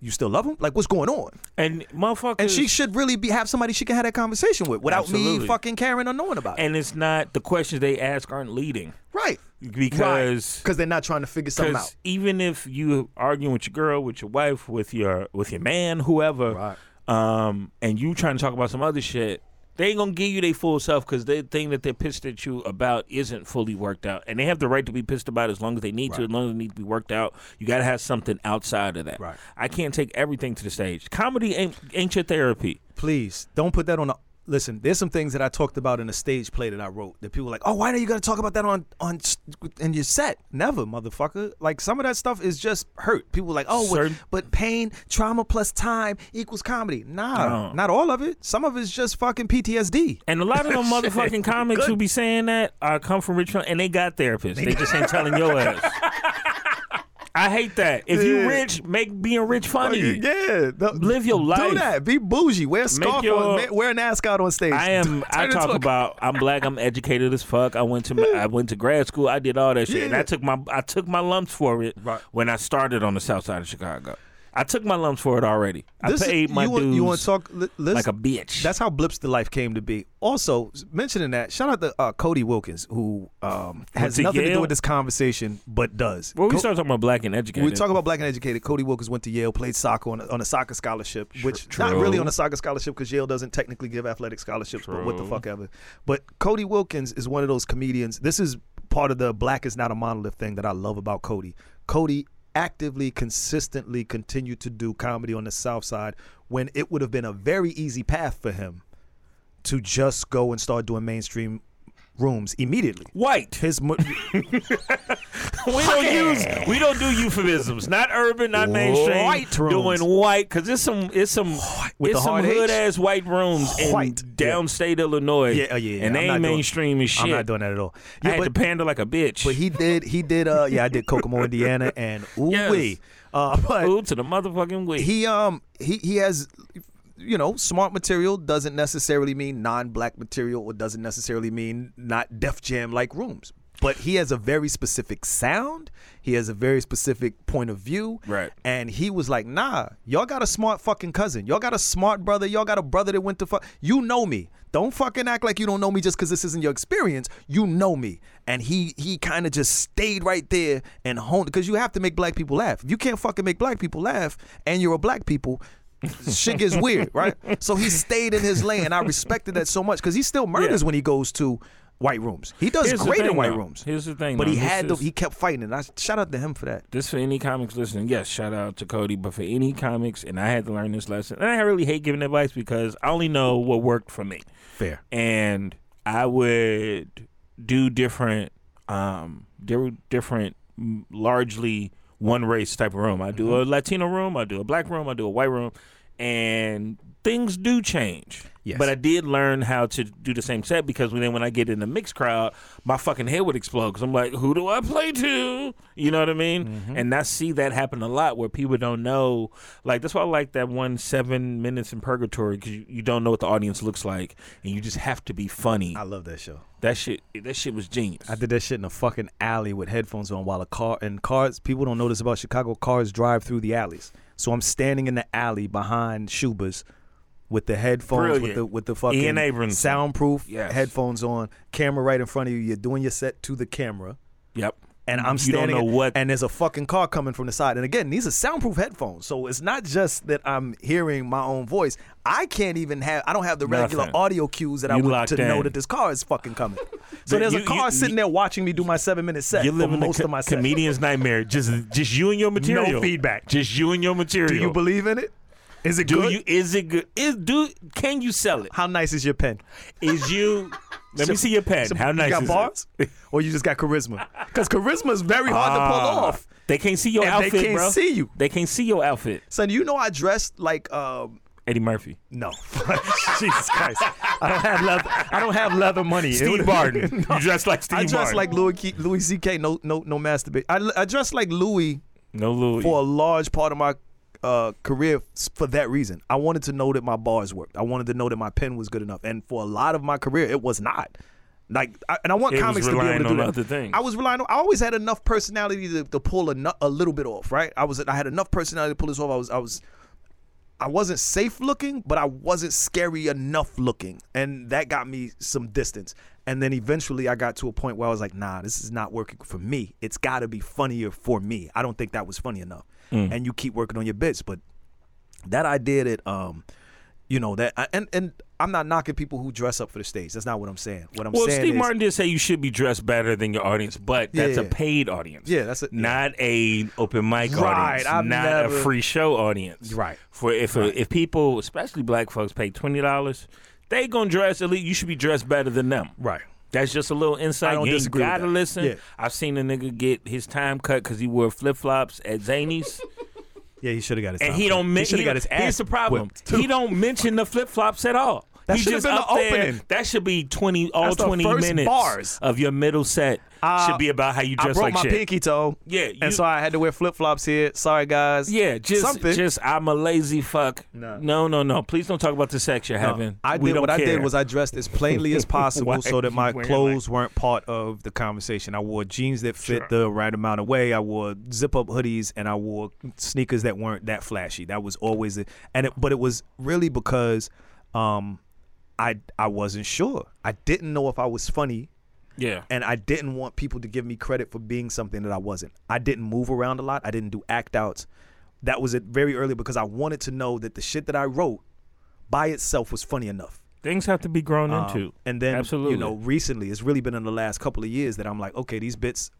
you still love him? Like what's going on? And motherfuckers And she should really be have somebody she can have that conversation with without me Absolutely. fucking caring or knowing about it. and it's not the questions they ask aren't leading Right. because Because they're not trying to figure something Because out. even if you arguing with your girl, with your wife, with your with your man, whoever, um, and you trying to talk about some other shit, they ain't gonna give you their full self because the thing that they're pissed at you about isn't fully worked out, and they have the right to be pissed about it as long as they need to, Right. as long as it needs to be worked out. You gotta have something outside of that. Right. I can't take everything to the stage. Comedy ain't ain't your therapy. Please don't put that on a listen, there's some things that I talked about in a stage play that I wrote that people were like, oh, why are you gonna talk about that on on s- in your set? Never, motherfucker. Like some of that stuff is just hurt. People were like, oh, well, Certain- but pain, trauma plus time equals comedy. Nah, No. not all of it. Some of it's just fucking PTSD. And a lot of [LAUGHS] them Shit. motherfucking comics who be saying that are come from rich fam- and they got therapists. They just ain't telling your [LAUGHS] ass. I hate that. If you Yeah. rich, make being rich funny. Yeah, the- Live your life. Do that. Be bougie. Wear a scarf. your- on, ma- wear an ascot on stage. I am. I [LAUGHS] Turn into talk a- about. I'm black. I'm educated as fuck. I went to. I went to grad school. I did all that shit, and I Yeah. took my. I took my lumps for it when I started on the south side of Chicago. I took my lumps for it already. I This is- paid my you dues. want- you want to talk? li- listen, like a bitch. That's how Blips the Life came to be. Also, s- mentioning that, shout out to uh, Cody Wilkins, who um, has to nothing to Yale? do with this conversation, but does. Well, we Co- started talking about black and educated. we talk about black and educated. Cody Wilkins went to Yale, played soccer on a, on a soccer scholarship, which not true. really on a soccer scholarship because Yale doesn't technically give athletic scholarships, but what the True. fuck ever. But Cody Wilkins is one of those comedians. This is part of the black is not a monolith thing that I love about Cody. Cody actively, consistently continued to do comedy on the South Side when it would have been a very easy path for him to just go and start doing mainstream rooms immediately. white. [LAUGHS] His mo- we don't use we don't do euphemisms. Not urban, not mainstream. White rooms. Doing white because it's some it's some With it's the some hard H? hood ass white rooms White. in downstate Illinois. Yeah, oh, yeah, yeah. and I'm they not ain't doing- mainstream as shit. I'm not doing that at all. I had to pander like a bitch. But he did. He did. Uh, yeah, [LAUGHS] I did Kokomo, Indiana, and ooh Yes. wee. Uh, but Food to the motherfucking week. he um he he has, you know, smart material doesn't necessarily mean non-black material, or doesn't necessarily mean not Def Jam like rooms. But he has a very specific sound. He has a very specific point of view. Right. And he was like, nah, y'all got a smart fucking cousin. Y'all got a smart brother. Y'all got a brother that went to fuck. You know me. Don't fucking act like you don't know me just because this isn't your experience. You know me. And he he kind of just stayed right there and honed because you have to make black people laugh. If you can't fucking make black people laugh and you're a black people, [LAUGHS] shit gets weird, right? So he stayed in his lane. And I respected that so much because he still murders when he goes to white rooms. He does Here's the great in thing, white though. rooms. Here's the thing, But though. he This had the, is- he kept fighting. And I shout out to him for that. This for any comics listening. Yes, shout out to Cody. But for any comics, and I had to learn this lesson. And I really hate giving advice because I only know what worked for me. Fair. and I would do different, um, do different, m- largely one race type of room. I do a Latino room, I do a black room, I do a white room, and things do change. Yes. But I did learn how to do the same set because when then when I get in the mixed crowd, my fucking head would explode because I'm like, who do I play to? You know what I mean? Mm-hmm. And I see that happen a lot where people don't know. Like that's why I like that one seven minutes in purgatory because you, you don't know what the audience looks like and you just have to be funny. I love that show. That shit. That shit was genius. I did that shit in a fucking alley with headphones on while a car and cars. People don't know this about Chicago. Cars drive through the alleys, so I'm standing in the alley behind Shuba's with the headphones, with Brilliant. the with the fucking Ian Abrams. soundproof Yes. headphones on, camera right in front of you. You're doing your set to the camera. Yep. And I'm You don't standing, know what- and there's a fucking car coming from the side. And again, these are soundproof headphones, so it's not just that I'm hearing my own voice. I can't even have. I don't have the regular Nothing. audio cues that I You would locked to know in. that this car is fucking [LAUGHS] coming. So But there's a you- car you- sitting there watching me do my seven minute set you for live in most a co- of my set. comedian's nightmare. Just just you and your material. feedback. Just you and your material. Do you believe in it? Is it do good? you is it good? Is do can you sell it? How nice is your pen? Is you Let me So- see your pen. so How nice You got is [LAUGHS] bars, or you just got charisma? Because charisma is very hard to pull Ah, off. They can't see your And outfit, They can't bro. see you, They can't see your outfit. son. You know I dressed like um, Eddie Murphy. no, [LAUGHS] Jesus Christ. I don't have leather. I don't have leather money. It Steve [LAUGHS] would've- Martin. You dress like Steve I dress Martin. like Louis Ke- Louis C.K. No, no, no masturbate. I, I dress like Louis No Louis. for a large part of my uh, career s- for that reason. I wanted to know that my bars worked. I wanted to know that my pen was good enough. And for a lot of my career, it was not. Like, I, and I want It was comics to be relying able to do on that. other things. I was relying on. I always had enough personality to, to pull a, nu- a little bit off, right? I was. I had enough personality to pull this off. I was. I was. I wasn't safe looking, but I wasn't scary enough looking. And that got me some distance. And then eventually I got to a point where I was like, nah, this is not working for me. It's got to be funnier for me. I don't think that was funny enough. Mm. And you keep working on your bits. But that idea that, um, you know, that, and, and I'm not knocking people who dress up for the stage. That's not what I'm saying. What I'm well, saying Steve is, Martin did say you should be dressed better than your audience, but that's Yeah. a paid audience. Yeah, that's a- not a open mic Right, audience, I've not never- a free show audience. Right. For if if people, especially black folks, pay twenty dollars, they gonna dress at least. You should be dressed better than them. Right. That's just a little insight. I don't you ain't disagree with gotta that. listen. Yeah. I've seen a nigga get his time cut because he wore flip flops at Zanies. yeah, he should have got his and time he cut. don't mention. shoulda got his ass Here's the problem. whipped, too. He don't mention the flip flops at all. That he shoulda just been the up there- opening. That should be twenty. All That's the twenty first minutes bars. of your middle set Uh, should be about how you I dress broke like my shit. pinky toe. Yeah, you- and so I had to wear flip flops here. Sorry, guys. Yeah, just something. just I'm a lazy fuck. No. no, no, Please don't talk about the sex you're No, having. I we did don't what I care. did was I dressed as plainly [LAUGHS] as Why possible so that you my wearing clothes weren't part of the conversation. I wore jeans that fit Sure. the right amount of way. I wore zip up hoodies and I wore sneakers that weren't that flashy. That was always it. And it, but it was really because um, I I wasn't sure. I didn't know if I was funny yeah. and I didn't want people to give me credit for being something that I wasn't. I didn't move around a lot. I didn't do act outs. That was it very early because I wanted to know that the shit that I wrote by itself was funny enough. Things have to be grown Um, into. and then absolutely, you know, recently it's really been in the last couple of years that I'm like, okay, these bits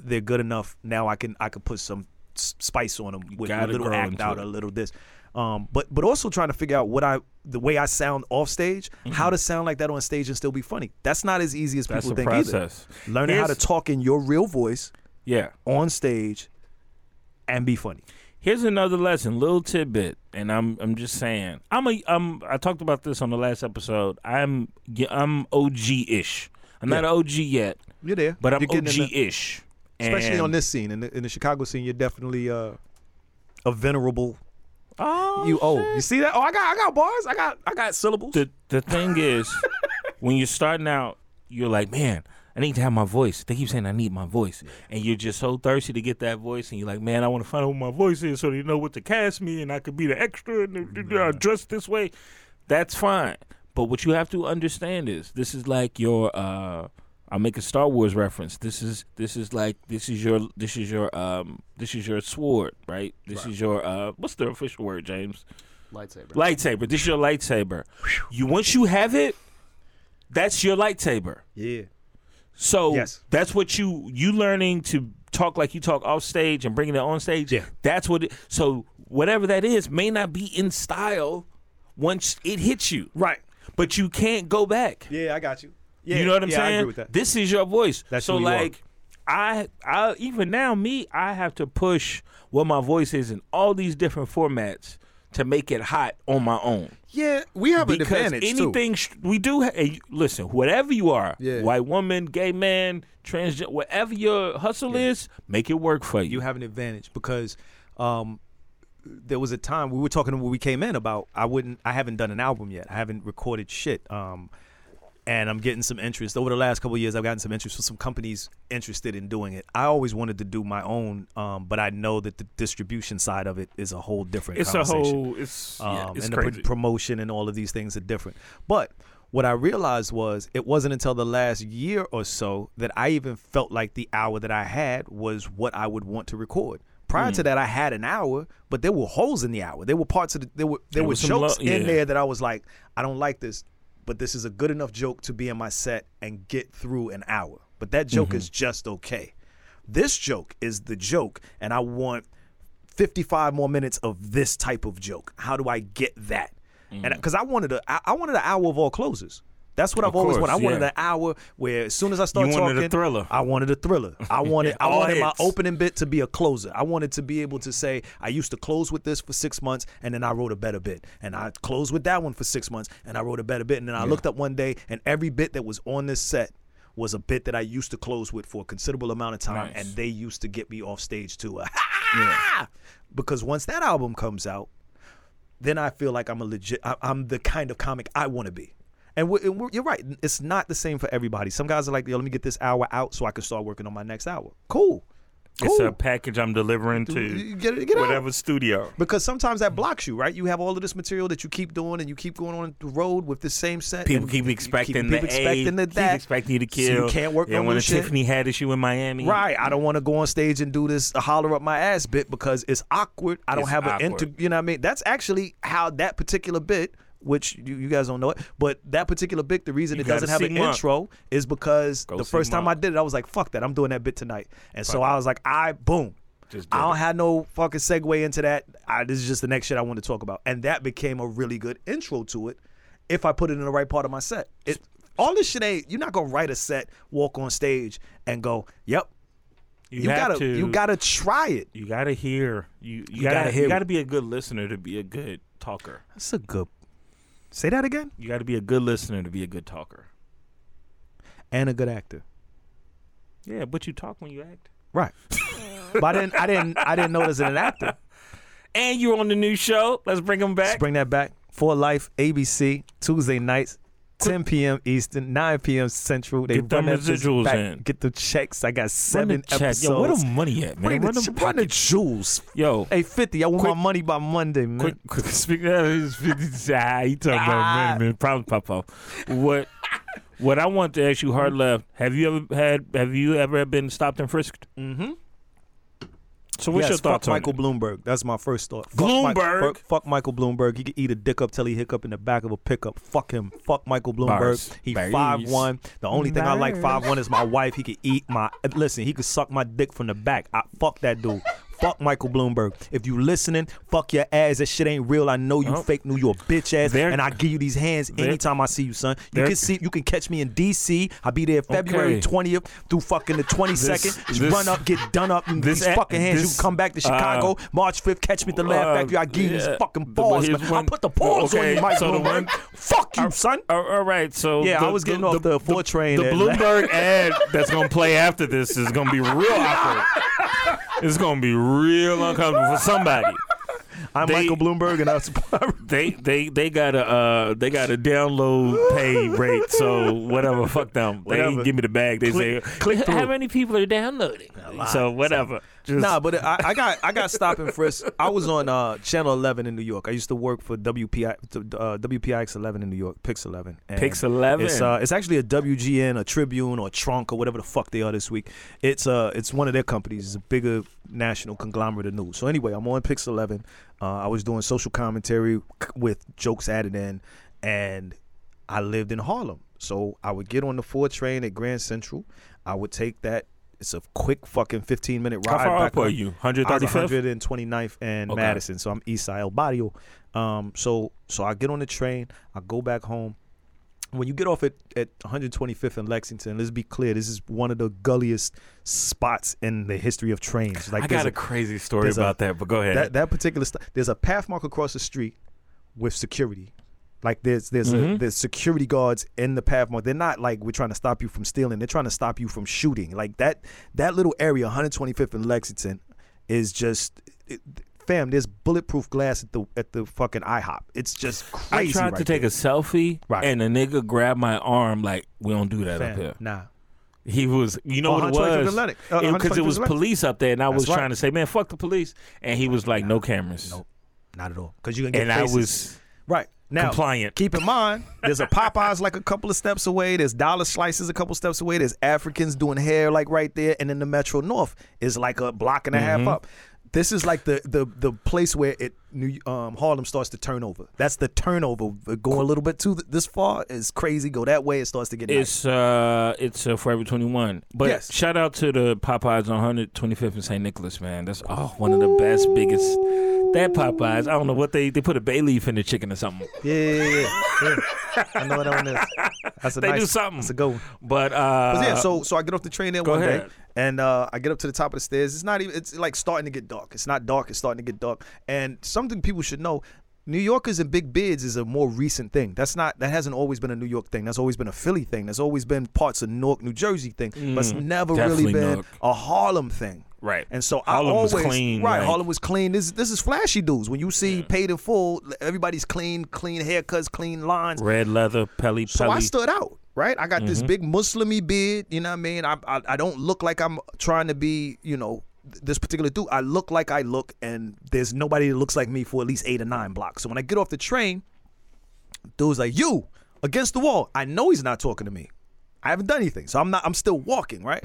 they're good enough. Now I can I can put some s- spice on them with a gotta little grow act into out, it. a little this. Um, but but also trying to figure out what I the way I sound off stage, how to sound like that on stage and still be funny. That's not as easy as Mm-hmm. That's people a think process. either. Learning how to Here's- talk in your real voice yeah. on stage and be funny. Here's another lesson, little tidbit, and I'm I'm just saying. I'm a um I talked about this on the last episode. I'm y- I'm OG-ish. I'm not Yeah. OG yet, You're there, but I'm You're getting in the- OG-ish. especially And- on this scene in the, in the Chicago scene. You're definitely uh, a venerable. Oh, you old. You see that? Oh, I got I got bars. I got I got syllables. the the thing is, when you're starting out, you're like, man, I need to have my voice. They keep saying I need my voice, and you're just so thirsty to get that voice, and you're like, man, I want to find out what my voice is so they know what to cast me, and I could be the extra, and I dress this way. That's fine, but what you have to understand is this is like your. uh I'll make a Star Wars reference. This is this is like this is your this is your um this is your sword, right? This is your uh what's the official word, James? Lightsaber. lightsaber. This is your lightsaber. You once you have it, that's your lightsaber. Yeah. So Yes. that's what you you learning to talk like you talk off stage and bringing it on stage. Yeah. That's what. It, so whatever that is may not be in style once it hits you. Right. But you can't go back. Yeah, I got you. you know what I'm yeah, saying? I agree with that. This is your voice. That's so who you are. like I I even now me I have to push what my voice is in all these different formats to make it hot on my own. Yeah, we have an because advantage anything sh- we do, ha- hey, listen, whatever you are, white woman, gay man, transgender, whatever your hustle is, make it work for you. You have an advantage because um, there was a time we were talking when we came in about I wouldn't I haven't done an album yet. I haven't recorded shit. Um, and I'm getting some interest over the last couple of years. I've gotten some interest from some companies interested in doing it. I always wanted to do my own, um, but I know that the distribution side of it is a whole different. It's a conversation. whole- it's- yeah, it's Um, and The crazy. pr- promotion and all of these things are different. But what I realized was it wasn't until the last year or so that I even felt like the hour that I had was what I would want to record. Prior to Mm. that, I had an hour, but there were holes in the hour. There were parts of the, there were there There were was some jokes lo- in yeah. there that I was like, I don't like this, but this is a good enough joke to be in my set and get through an hour. But that joke Mhm. is just okay. This joke is the joke, and I want 55 more minutes of this type of joke. How do I get that? And Mm. because I wanted a, I I wanted an hour of all closes. That's what I've always course, wanted. I wanted yeah. an hour where as soon as I start You talking, wanted a thriller. I wanted a thriller. [LAUGHS] I wanted I All wanted my hits. opening bit to be a closer. I wanted to be able to say I used to close with this for six months, and then I wrote a better bit, and I closed with that one for six months, and I wrote a better bit, and then I looked up one day, and every bit that was on this set was a bit that I used to close with for a considerable amount of time, Nice. and they used to get me off stage to a [LAUGHS] because once that album comes out, then I feel like I'm a legit. I, I'm the kind of comic I want to be. And, we and we're, you're right. It's not the same for everybody. Some guys are like, "Yo, let me get this hour out so I can start working on my next hour." Cool. It's Cool. a package I'm delivering to Get it- get out. whatever studio. Because sometimes that blocks you, right? You have all of this material that you keep doing, and you keep going on the road with the same set. People and keep you expecting people the expecting A, the that. keep expecting you to So kill. you can't work yeah, on when new a shit. Tiffany Haddish you in Miami. Right. I don't want to go on stage and do this holler up my ass bit because it's awkward. I don't It's have an awkward. inter. You know what I mean? That's actually how that particular bit, which you, you guys don't know it, but that particular bit, the reason You it doesn't gotta have an sigma up. intro is because the sigma first time I up. did it, I was like, "Fuck that! I'm doing that bit tonight." And so I was like, "I boom." Just I don't have no fucking segue into that. I, this is just the next shit I want to talk about, and that became a really good intro to it. If I put it in the right part of my set, it all this shit ain't. You're not gonna write a set, walk on stage, and go, "Yep, You, you have gotta to. you gotta try it. You gotta hear. You, you, You gotta, gotta hear You gotta it. be a good listener to be a good talker. That's a good. Say that again. You gotta be a good listener to be a good talker. And a good actor. Yeah, but you talk when you act. Right. [LAUGHS] but I didn't I didn't I didn't notice it an actor. And you're on the new show. Let's bring them back. Let's bring that back. For Life ABC Tuesday nights. 10 p.m. Eastern, 9 p.m. Central. They Get them run that bitch residuals back. in. Get the checks. I got Run the seven check. episodes. Yo, where the money at, man? Bring Run the, them ch- run the jewels. Yo, Hey, 50. I want my money by Monday, man. quick, quick. Speaking [LAUGHS] of his 50, ah, you talking about minute, minute, problem pop off. [LAUGHS] What, what I want to ask you, hard Mm-hmm. left. Have you ever had? Have you ever been stopped and frisked? Mm-hmm. So what's Yes, your thoughts fuck on Michael it? Bloomberg? That's my first thought. Fuck Mi- Bloomberg? fuck, fuck Michael Bloomberg. He could eat a dick up till he hiccup in the back of a pickup. Fuck him. Fuck Michael Bloomberg. Bars. He Bars. five one. The only thing I like Bars. five one is my wife. He could eat my. Listen, he could suck my dick from the back. I fuck that dude. Fuck Michael Bloomberg. If you listening, fuck your ass. That shit ain't real. I know you Oh. fake New York bitch ass, They're- and I give you these hands they're- anytime I see you, son. You they're- can see, you can catch me in D.C. I'll be there February Okay. twentieth through fucking the twenty second. This- Run this- up, get done up, and This these a- fucking hands. this, you come back to Chicago, uh, March 5th, catch me at the Laugh Uh, Factory. I give you these yeah. fucking But balls, here's man. one- I'll put the balls on okay, you, Mike so the Bloomberg. one- Fuck you, son. All- all right, so Yeah, I the- was getting off the four train The at- [LAUGHS] Bloomberg ad that's gonna play after this is gonna be real [LAUGHS] awkward. It's gonna be real uncomfortable for somebody. I'm They- Michael Bloomberg, and I was. [LAUGHS] They they they got a uh, they got a download pay rate, so whatever. Fuck them. They Whatever. ain't give me the bag. They Click- say click how through." many people are downloading? So whatever. Just, nah, but I, I got I got stopped and frisk. I was on uh, Channel 11 in New York. I used to work for WPI uh, WPIX 11 in New York, Pix 11. And Pix 11. It's uh, it's actually a WGN, a Tribune, or a Trunk, or whatever the fuck they are this week. It's uh, it's one of their companies. It's a bigger national conglomerate of news. So anyway, I'm on Pix 11. Uh, I was doing social commentary c- with jokes added in, and I lived in Harlem. So I would get on the four train at Grand Central. I would take that. It's a quick fucking 15 minute How ride. far back up are on- you? I was 135th? 129th and Okay. Madison. So I'm East Side El Barrio. Um, so so I get on the train. I go back home. when you get off at, at 125th and Lexington, let's be clear, this is one of the gulliest spots in the history of trains. Like I there's got a crazy story there's about that, but go ahead. That, that particular st- there's a path mark across the street with security. Like there's there's a, Mhm. there's security guards in the path mark. They're not like we're trying to stop you from stealing. They're trying to stop you from shooting. Like that that little area, 125th and Lexington, is just. It, Fam, there's bulletproof glass at the at the fucking IHOP. It's just crazy. I tried right to take a selfie, and a nigga grabbed my arm like, "We don't do that up Fam, here." Nah. He was, you know Oh, what it 125th was, Atlantic. Uh, because it, 125th was Atlantic. police up there, and I That's was right. trying to say, "Man, fuck the police," and he was like, "No cameras." Nope, not at all. Because you can get and faces. I was right now. compliant. Keep in mind, there's a Popeyes like a couple of steps away. There's Dollar Slices a couple steps away. There's Africans doing hair like right there, and then the Metro North is like a block and a half Mhm. up. This is like the the the place where it New um, Harlem starts to turn over. That's the turnover. Going a little bit too this far is crazy. Go that way, it starts to get. nice. It's uh, it's uh, Forever Twenty One. But Yes. shout out to the Popeyes on 125th and St. Nicholas, man. That's oh, one of the best, biggest. That Popeyes, I don't know what they they put a bay leaf in the chicken or something. Yeah, yeah, yeah, yeah. Yeah. I know what that one is. That's a They nice, do something. That's a good one. But uh, But yeah, so so I get off the train there go one ahead. day, and uh, I get up to the top of the stairs. It's not even. It's like starting to get dark. It's not dark. It's starting to get dark. And something people should know: New Yorkers and big beards is a more recent thing. That's not. That hasn't always been a New York thing. That's always been a Philly thing. That's always been parts of Newark, New Jersey thing. but it's Mm, never really definitely been Newark. a Harlem thing. Right. And so I Harlem always was clean, right. like- Harlem was clean. This this is flashy dudes. When you see paid in full, everybody's clean, clean haircuts, clean lines. Red leather, pelly, So I pelly. stood out, right? I got this Mhm. big Muslimy beard. You know what I mean? I, I I don't look like I'm trying to be, you know, th- this particular dude. I look like I look, and there's nobody that looks like me for at least eight or nine blocks. So when I get off the train, dude's like, "You against the wall." I know he's not talking to me. I haven't done anything, so I'm not. I'm still [LAUGHS] walking, right?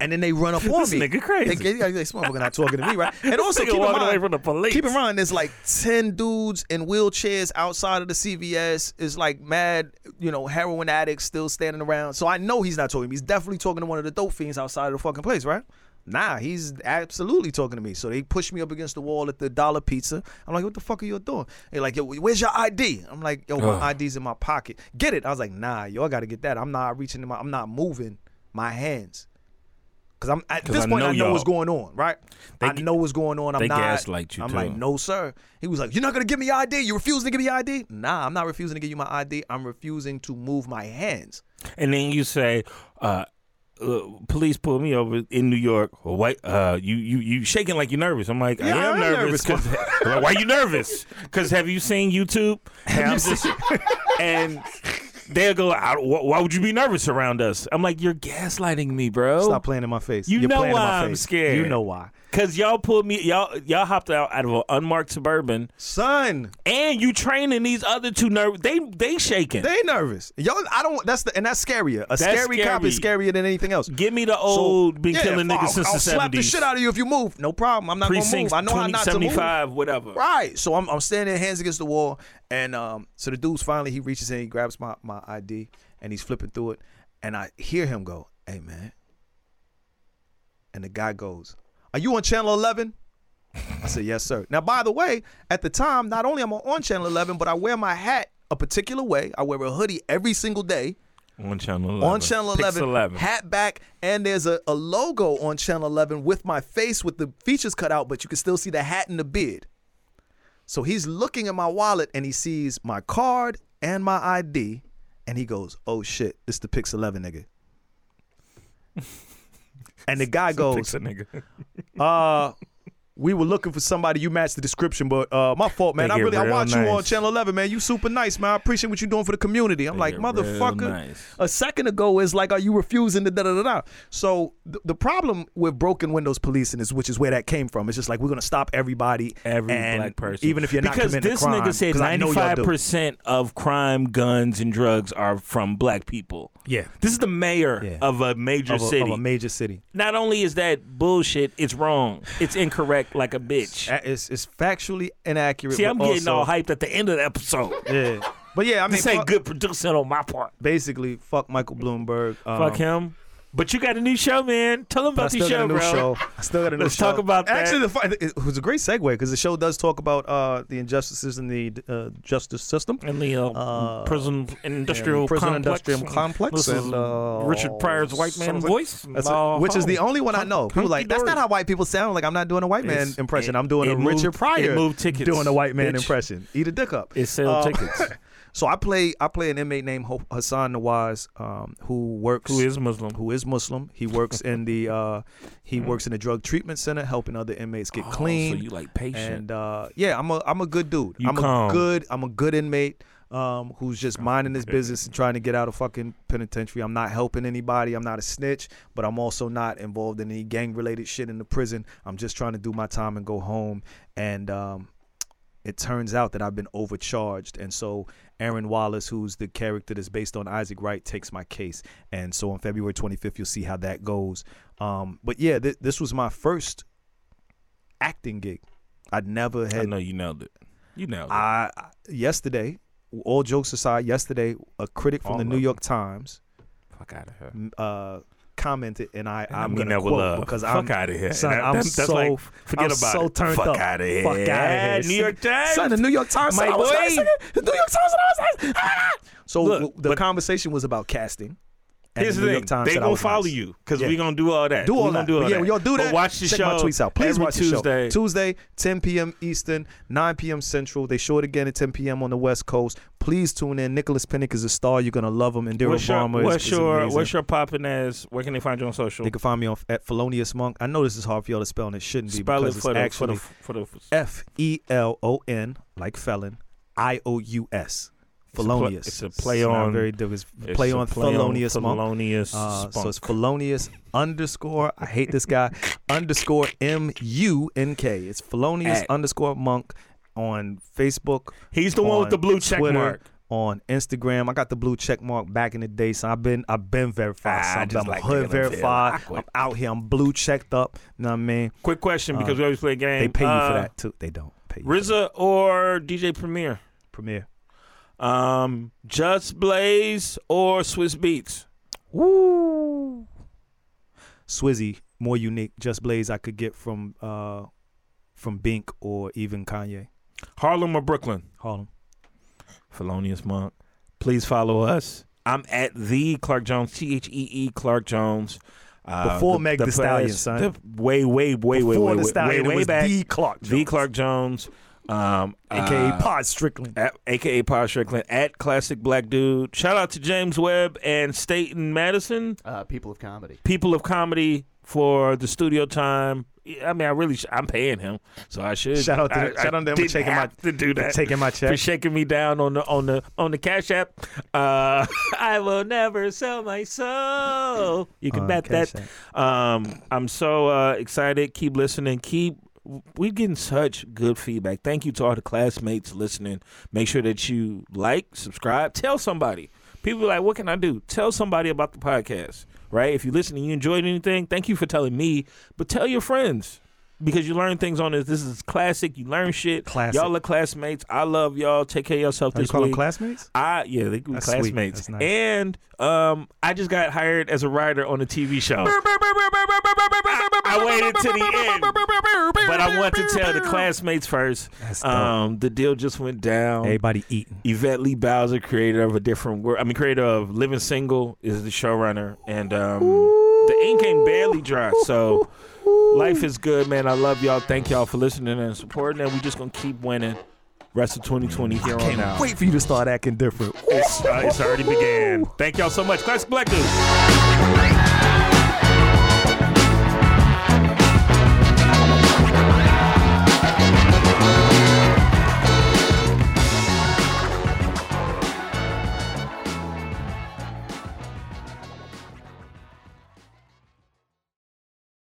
And then they run up on This me. nigga crazy. They, get- they, this motherfucker not talking to me, [LAUGHS] right? And This also nigga keep in walking mind, away from the police. Keep in mind, there's like ten dudes in wheelchairs outside of the CVS. It's like mad, you know, heroin addicts still standing around. So I know he's not talking to me. He's definitely talking to one of the dope fiends outside of the fucking place, right? Nah, he's absolutely talking to me. So they push me up against the wall at the Dollar Pizza. I'm like, what the fuck are you doing? They're like, yo, where's your ID? I'm like, yo, my Ugh. ID's in my pocket. Get it? I was like, nah, y'all got to get that. I'm not reaching in my. I'm not moving my hands. Cause I'm at 'Cause this I point, know I know y'all. what's going on, right? I know what's going on. I'm they not. gaslight you, I'm too. like, no, sir. He was like, you're not gonna give me your ID. You refusing to give me your ID? Nah, I'm not refusing to give you my ID. I'm refusing to move my hands. and then you say, uh, uh, "Police pulled me over in New York." Well, why? Uh, you you you shaking like you're nervous. I'm like, Yeah, I am I am nervous. nervous. [LAUGHS] 'cause- I'm like, why you nervous? Because have you seen YouTube? And, I'm just- and they'll go, I, wh- "Why would you be nervous around us?" I'm like, "You're gaslighting me, bro." Stop playing in my face. Oh. You are know playing in my why I'm face. scared. You know why, Cause y'all pulled me, y'all y'all hopped out out of an unmarked suburban, son. and you training these other two nervous. They they shaking. They nervous. Y'all, I don't. That's the and that's scarier. A That's scary, cop is scarier than anything else. Give me the old been yeah, killing I'll, niggas since I'll the slap the seventies. shit out of you if you move. No problem. I'm not Precincts gonna move. I know how 20, not to move. 75, whatever. Right. So I'm, I'm standing there, hands against the wall, and um, so the dude's finally he reaches in, he grabs my my ID, and he's flipping through it, and I hear him go, "Hey man," and the guy goes, "Are you on channel 11?" I said, "Yes, sir." Now, by the way, at the time, not only am I on channel 11, but I wear my hat a particular way. I wear a hoodie every single day On channel eleven. on channel Pix 11, 11. hat back and there's a, a logo on channel 11 with my face with the features cut out but you can still see the hat and the beard so he's looking at my wallet and he sees my card and my id and he goes oh shit it's the pix 11 nigga and the guy goes Fix a nigga. uh we were looking for somebody you matched the description but uh my fault man They i get really i real watch you on nice. channel 11 man you super nice man i appreciate what you're doing for the community i'm They like get real motherfucker nice. a second ago is like are you refusing to da da da da so th- the problem with broken windows policing is which is where that came from it's just like we're gonna stop everybody [LAUGHS] Every and black person, even if you're not because committing this a crime, nigga said 'cause I know y'all ninety-five do. percent of crime, guns, and drugs are from black people. Yeah. this is the mayor Yeah. of a major of a, city. of a major city Not only is that bullshit, it's wrong. It's incorrect, like a bitch. A- it's, it's factually inaccurate See, but I'm getting also- all hyped at the end of the episode. [LAUGHS] yeah but yeah i mean this ain't fuck- good producing on my part. basically fuck michael bloomberg um, Fuck him. But you got a new show, man. Tell them about I the still got show, a new bro. show. I still got a new Let's show. talk about that. Actually, the fu- it was a great segue because the show does talk about uh, the injustices in the uh, justice system and the uh, prison industrial prison complex. industrial And complex. this is and, uh, Richard Pryor's white man something. voice. That's it. Uh, which is the oh. only one I know. People like that's Hunky-dory. not how white people sound. Like I'm not doing a white man It's- impression. it- I'm doing it a Richard moved- Pryor it moved tickets, doing a white man bitch. impression. Eat a dick up. It sell Uh, tickets. [LAUGHS] So I play I play an inmate named Ho- Hassan Nawaz, um, who works Who is Muslim. Who is Muslim? He works in the uh, he works in a drug treatment center, helping other inmates get Oh, so clean. you, like, patient. And uh, yeah, I'm a I'm a good dude. You I'm calm. a good I'm a good inmate. Um, who's just minding his business and trying to get out of fucking penitentiary. I'm not helping anybody. I'm not a snitch, but I'm also not involved in any gang related shit in the prison. I'm just trying to do my time and go home. And um, it turns out that I've been overcharged. And so Aaron Wallace, who's the character that's based on Isaac Wright, takes my case. And so on February 25th, you'll see how that goes. Um, but yeah, th- this was my first acting gig. I'd never had. I know you nailed it. You nailed it. I I- yesterday, all jokes aside, yesterday a critic from All the of New them. York Times Fuck out of here. m- uh, commented, and I I I'm mean gonna that with quote love. because Fuck I'm outta here. Son, That- I'm that's- that's so like, forget I'm about so it. turned Fuck up. outta here. Fuck out of New here. York Times. Son, the New York Times. My said I was boy. nice. The New York Times. said I was nice. Ah! So Look, w- the conversation was about casting. and Here's the New thing. York Times they said I gonna was follow nice. you because Yeah. we're gonna do all that. Do all we that. Gonna do all But that. yeah, when y'all do But that, watch the check show. my tweets out. Please every watch Tuesday. the show. Tuesday, 10 p.m. Eastern, 9 p.m. Central. They show it again at 10 p.m. on the West Coast. Please tune in. Nicholas Pinnick is a star. You're gonna love him. And Daryl What's your, Obama what's is, is your amazing. what's your popping ass? Where can they find you on social? They can find me on at Felonious Monk. I know this is hard for y'all to spell, and it shouldn't be Spell it because it's for the, for the actually for the F E L O N like felon, I O U S. a pl- Felonious. it's a play not on- very different. It's it's play a on play on felonious. monk. felonious Uh, so it's spunk. felonious underscore. I hate [LAUGHS] this guy. underscore M U N K. It's felonious At- underscore monk on Facebook. He's the one with on the blue check Twitter, mark. On Instagram, I got the blue check mark back in the day, so I've been I've been Ah, verified. so I I'm, just I'm like making hood them feel verified. awkward. I'm out here. I'm blue checked up. You know what I mean? Quick question because Uh, we always play a game. They pay you Uh, for that too. They don't pay you. for RZA or DJ Premier? Premier. Um, Just Blaze or Swiss Beats? Woo. Swizzy, more unique. Just Blaze, I could get from uh, from Bink or even Kanye. Harlem or Brooklyn? Harlem. Felonious Monk. Please follow us. I'm at the Clark Jones, T H E E Clark Jones. Uh, Before Meg Thee Stallion, son. the- way, way, way, way, Before way, the way, Stallion, way, it way was back. the Clark The Jones. E Clark Jones. Um, AKA uh, Pod Strickland. at, AKA Pod Strickland. At Classic Black Dude. Shout out to James Webb and Staten Madison. Uh, people of comedy. People of Comedy for the studio time. Yeah, I mean, I really, sh- I'm paying him, so I should. [LAUGHS] Shout out to- I, shout out to I them for didn't taking my- have to do for that, taking my check. for shaking me down on the on the on the cash app. Uh, [LAUGHS] I will never sell my soul. You can On bet Uh, Cash that. Um, I'm so uh, excited. Keep listening. Keep. We're getting such good feedback. Thank you to all the classmates listening. Make sure that you like, subscribe, tell somebody. People be like, what can I do? Tell somebody about the podcast, right? If you listen and you enjoyed anything, thank you for telling me, but tell your friends because you learn things on this. This is classic. You learn shit. Classic. Y'all are classmates. I love y'all. Take care of yourself Oh, you this call them week. classmates? I yeah, they could be That's sweet. classmates. That's nice. And um, I just got hired as a writer on a TV show. I, I waited to the end, but I want to tell the classmates first. That's dope. Um, the deal just went down. Everybody eating. Yvette Lee Bowser, creator of a different world. I mean, creator of Living Single, is the showrunner, and um, the ink ain't barely dry. So life is good, man. I love y'all. Thank y'all for listening and supporting, and we just gonna keep winning. Rest of 2020 here on Can't out. wait for you to start acting different. uh, It's, uh, it's already began. Thank y'all so much. Classic Black Dude.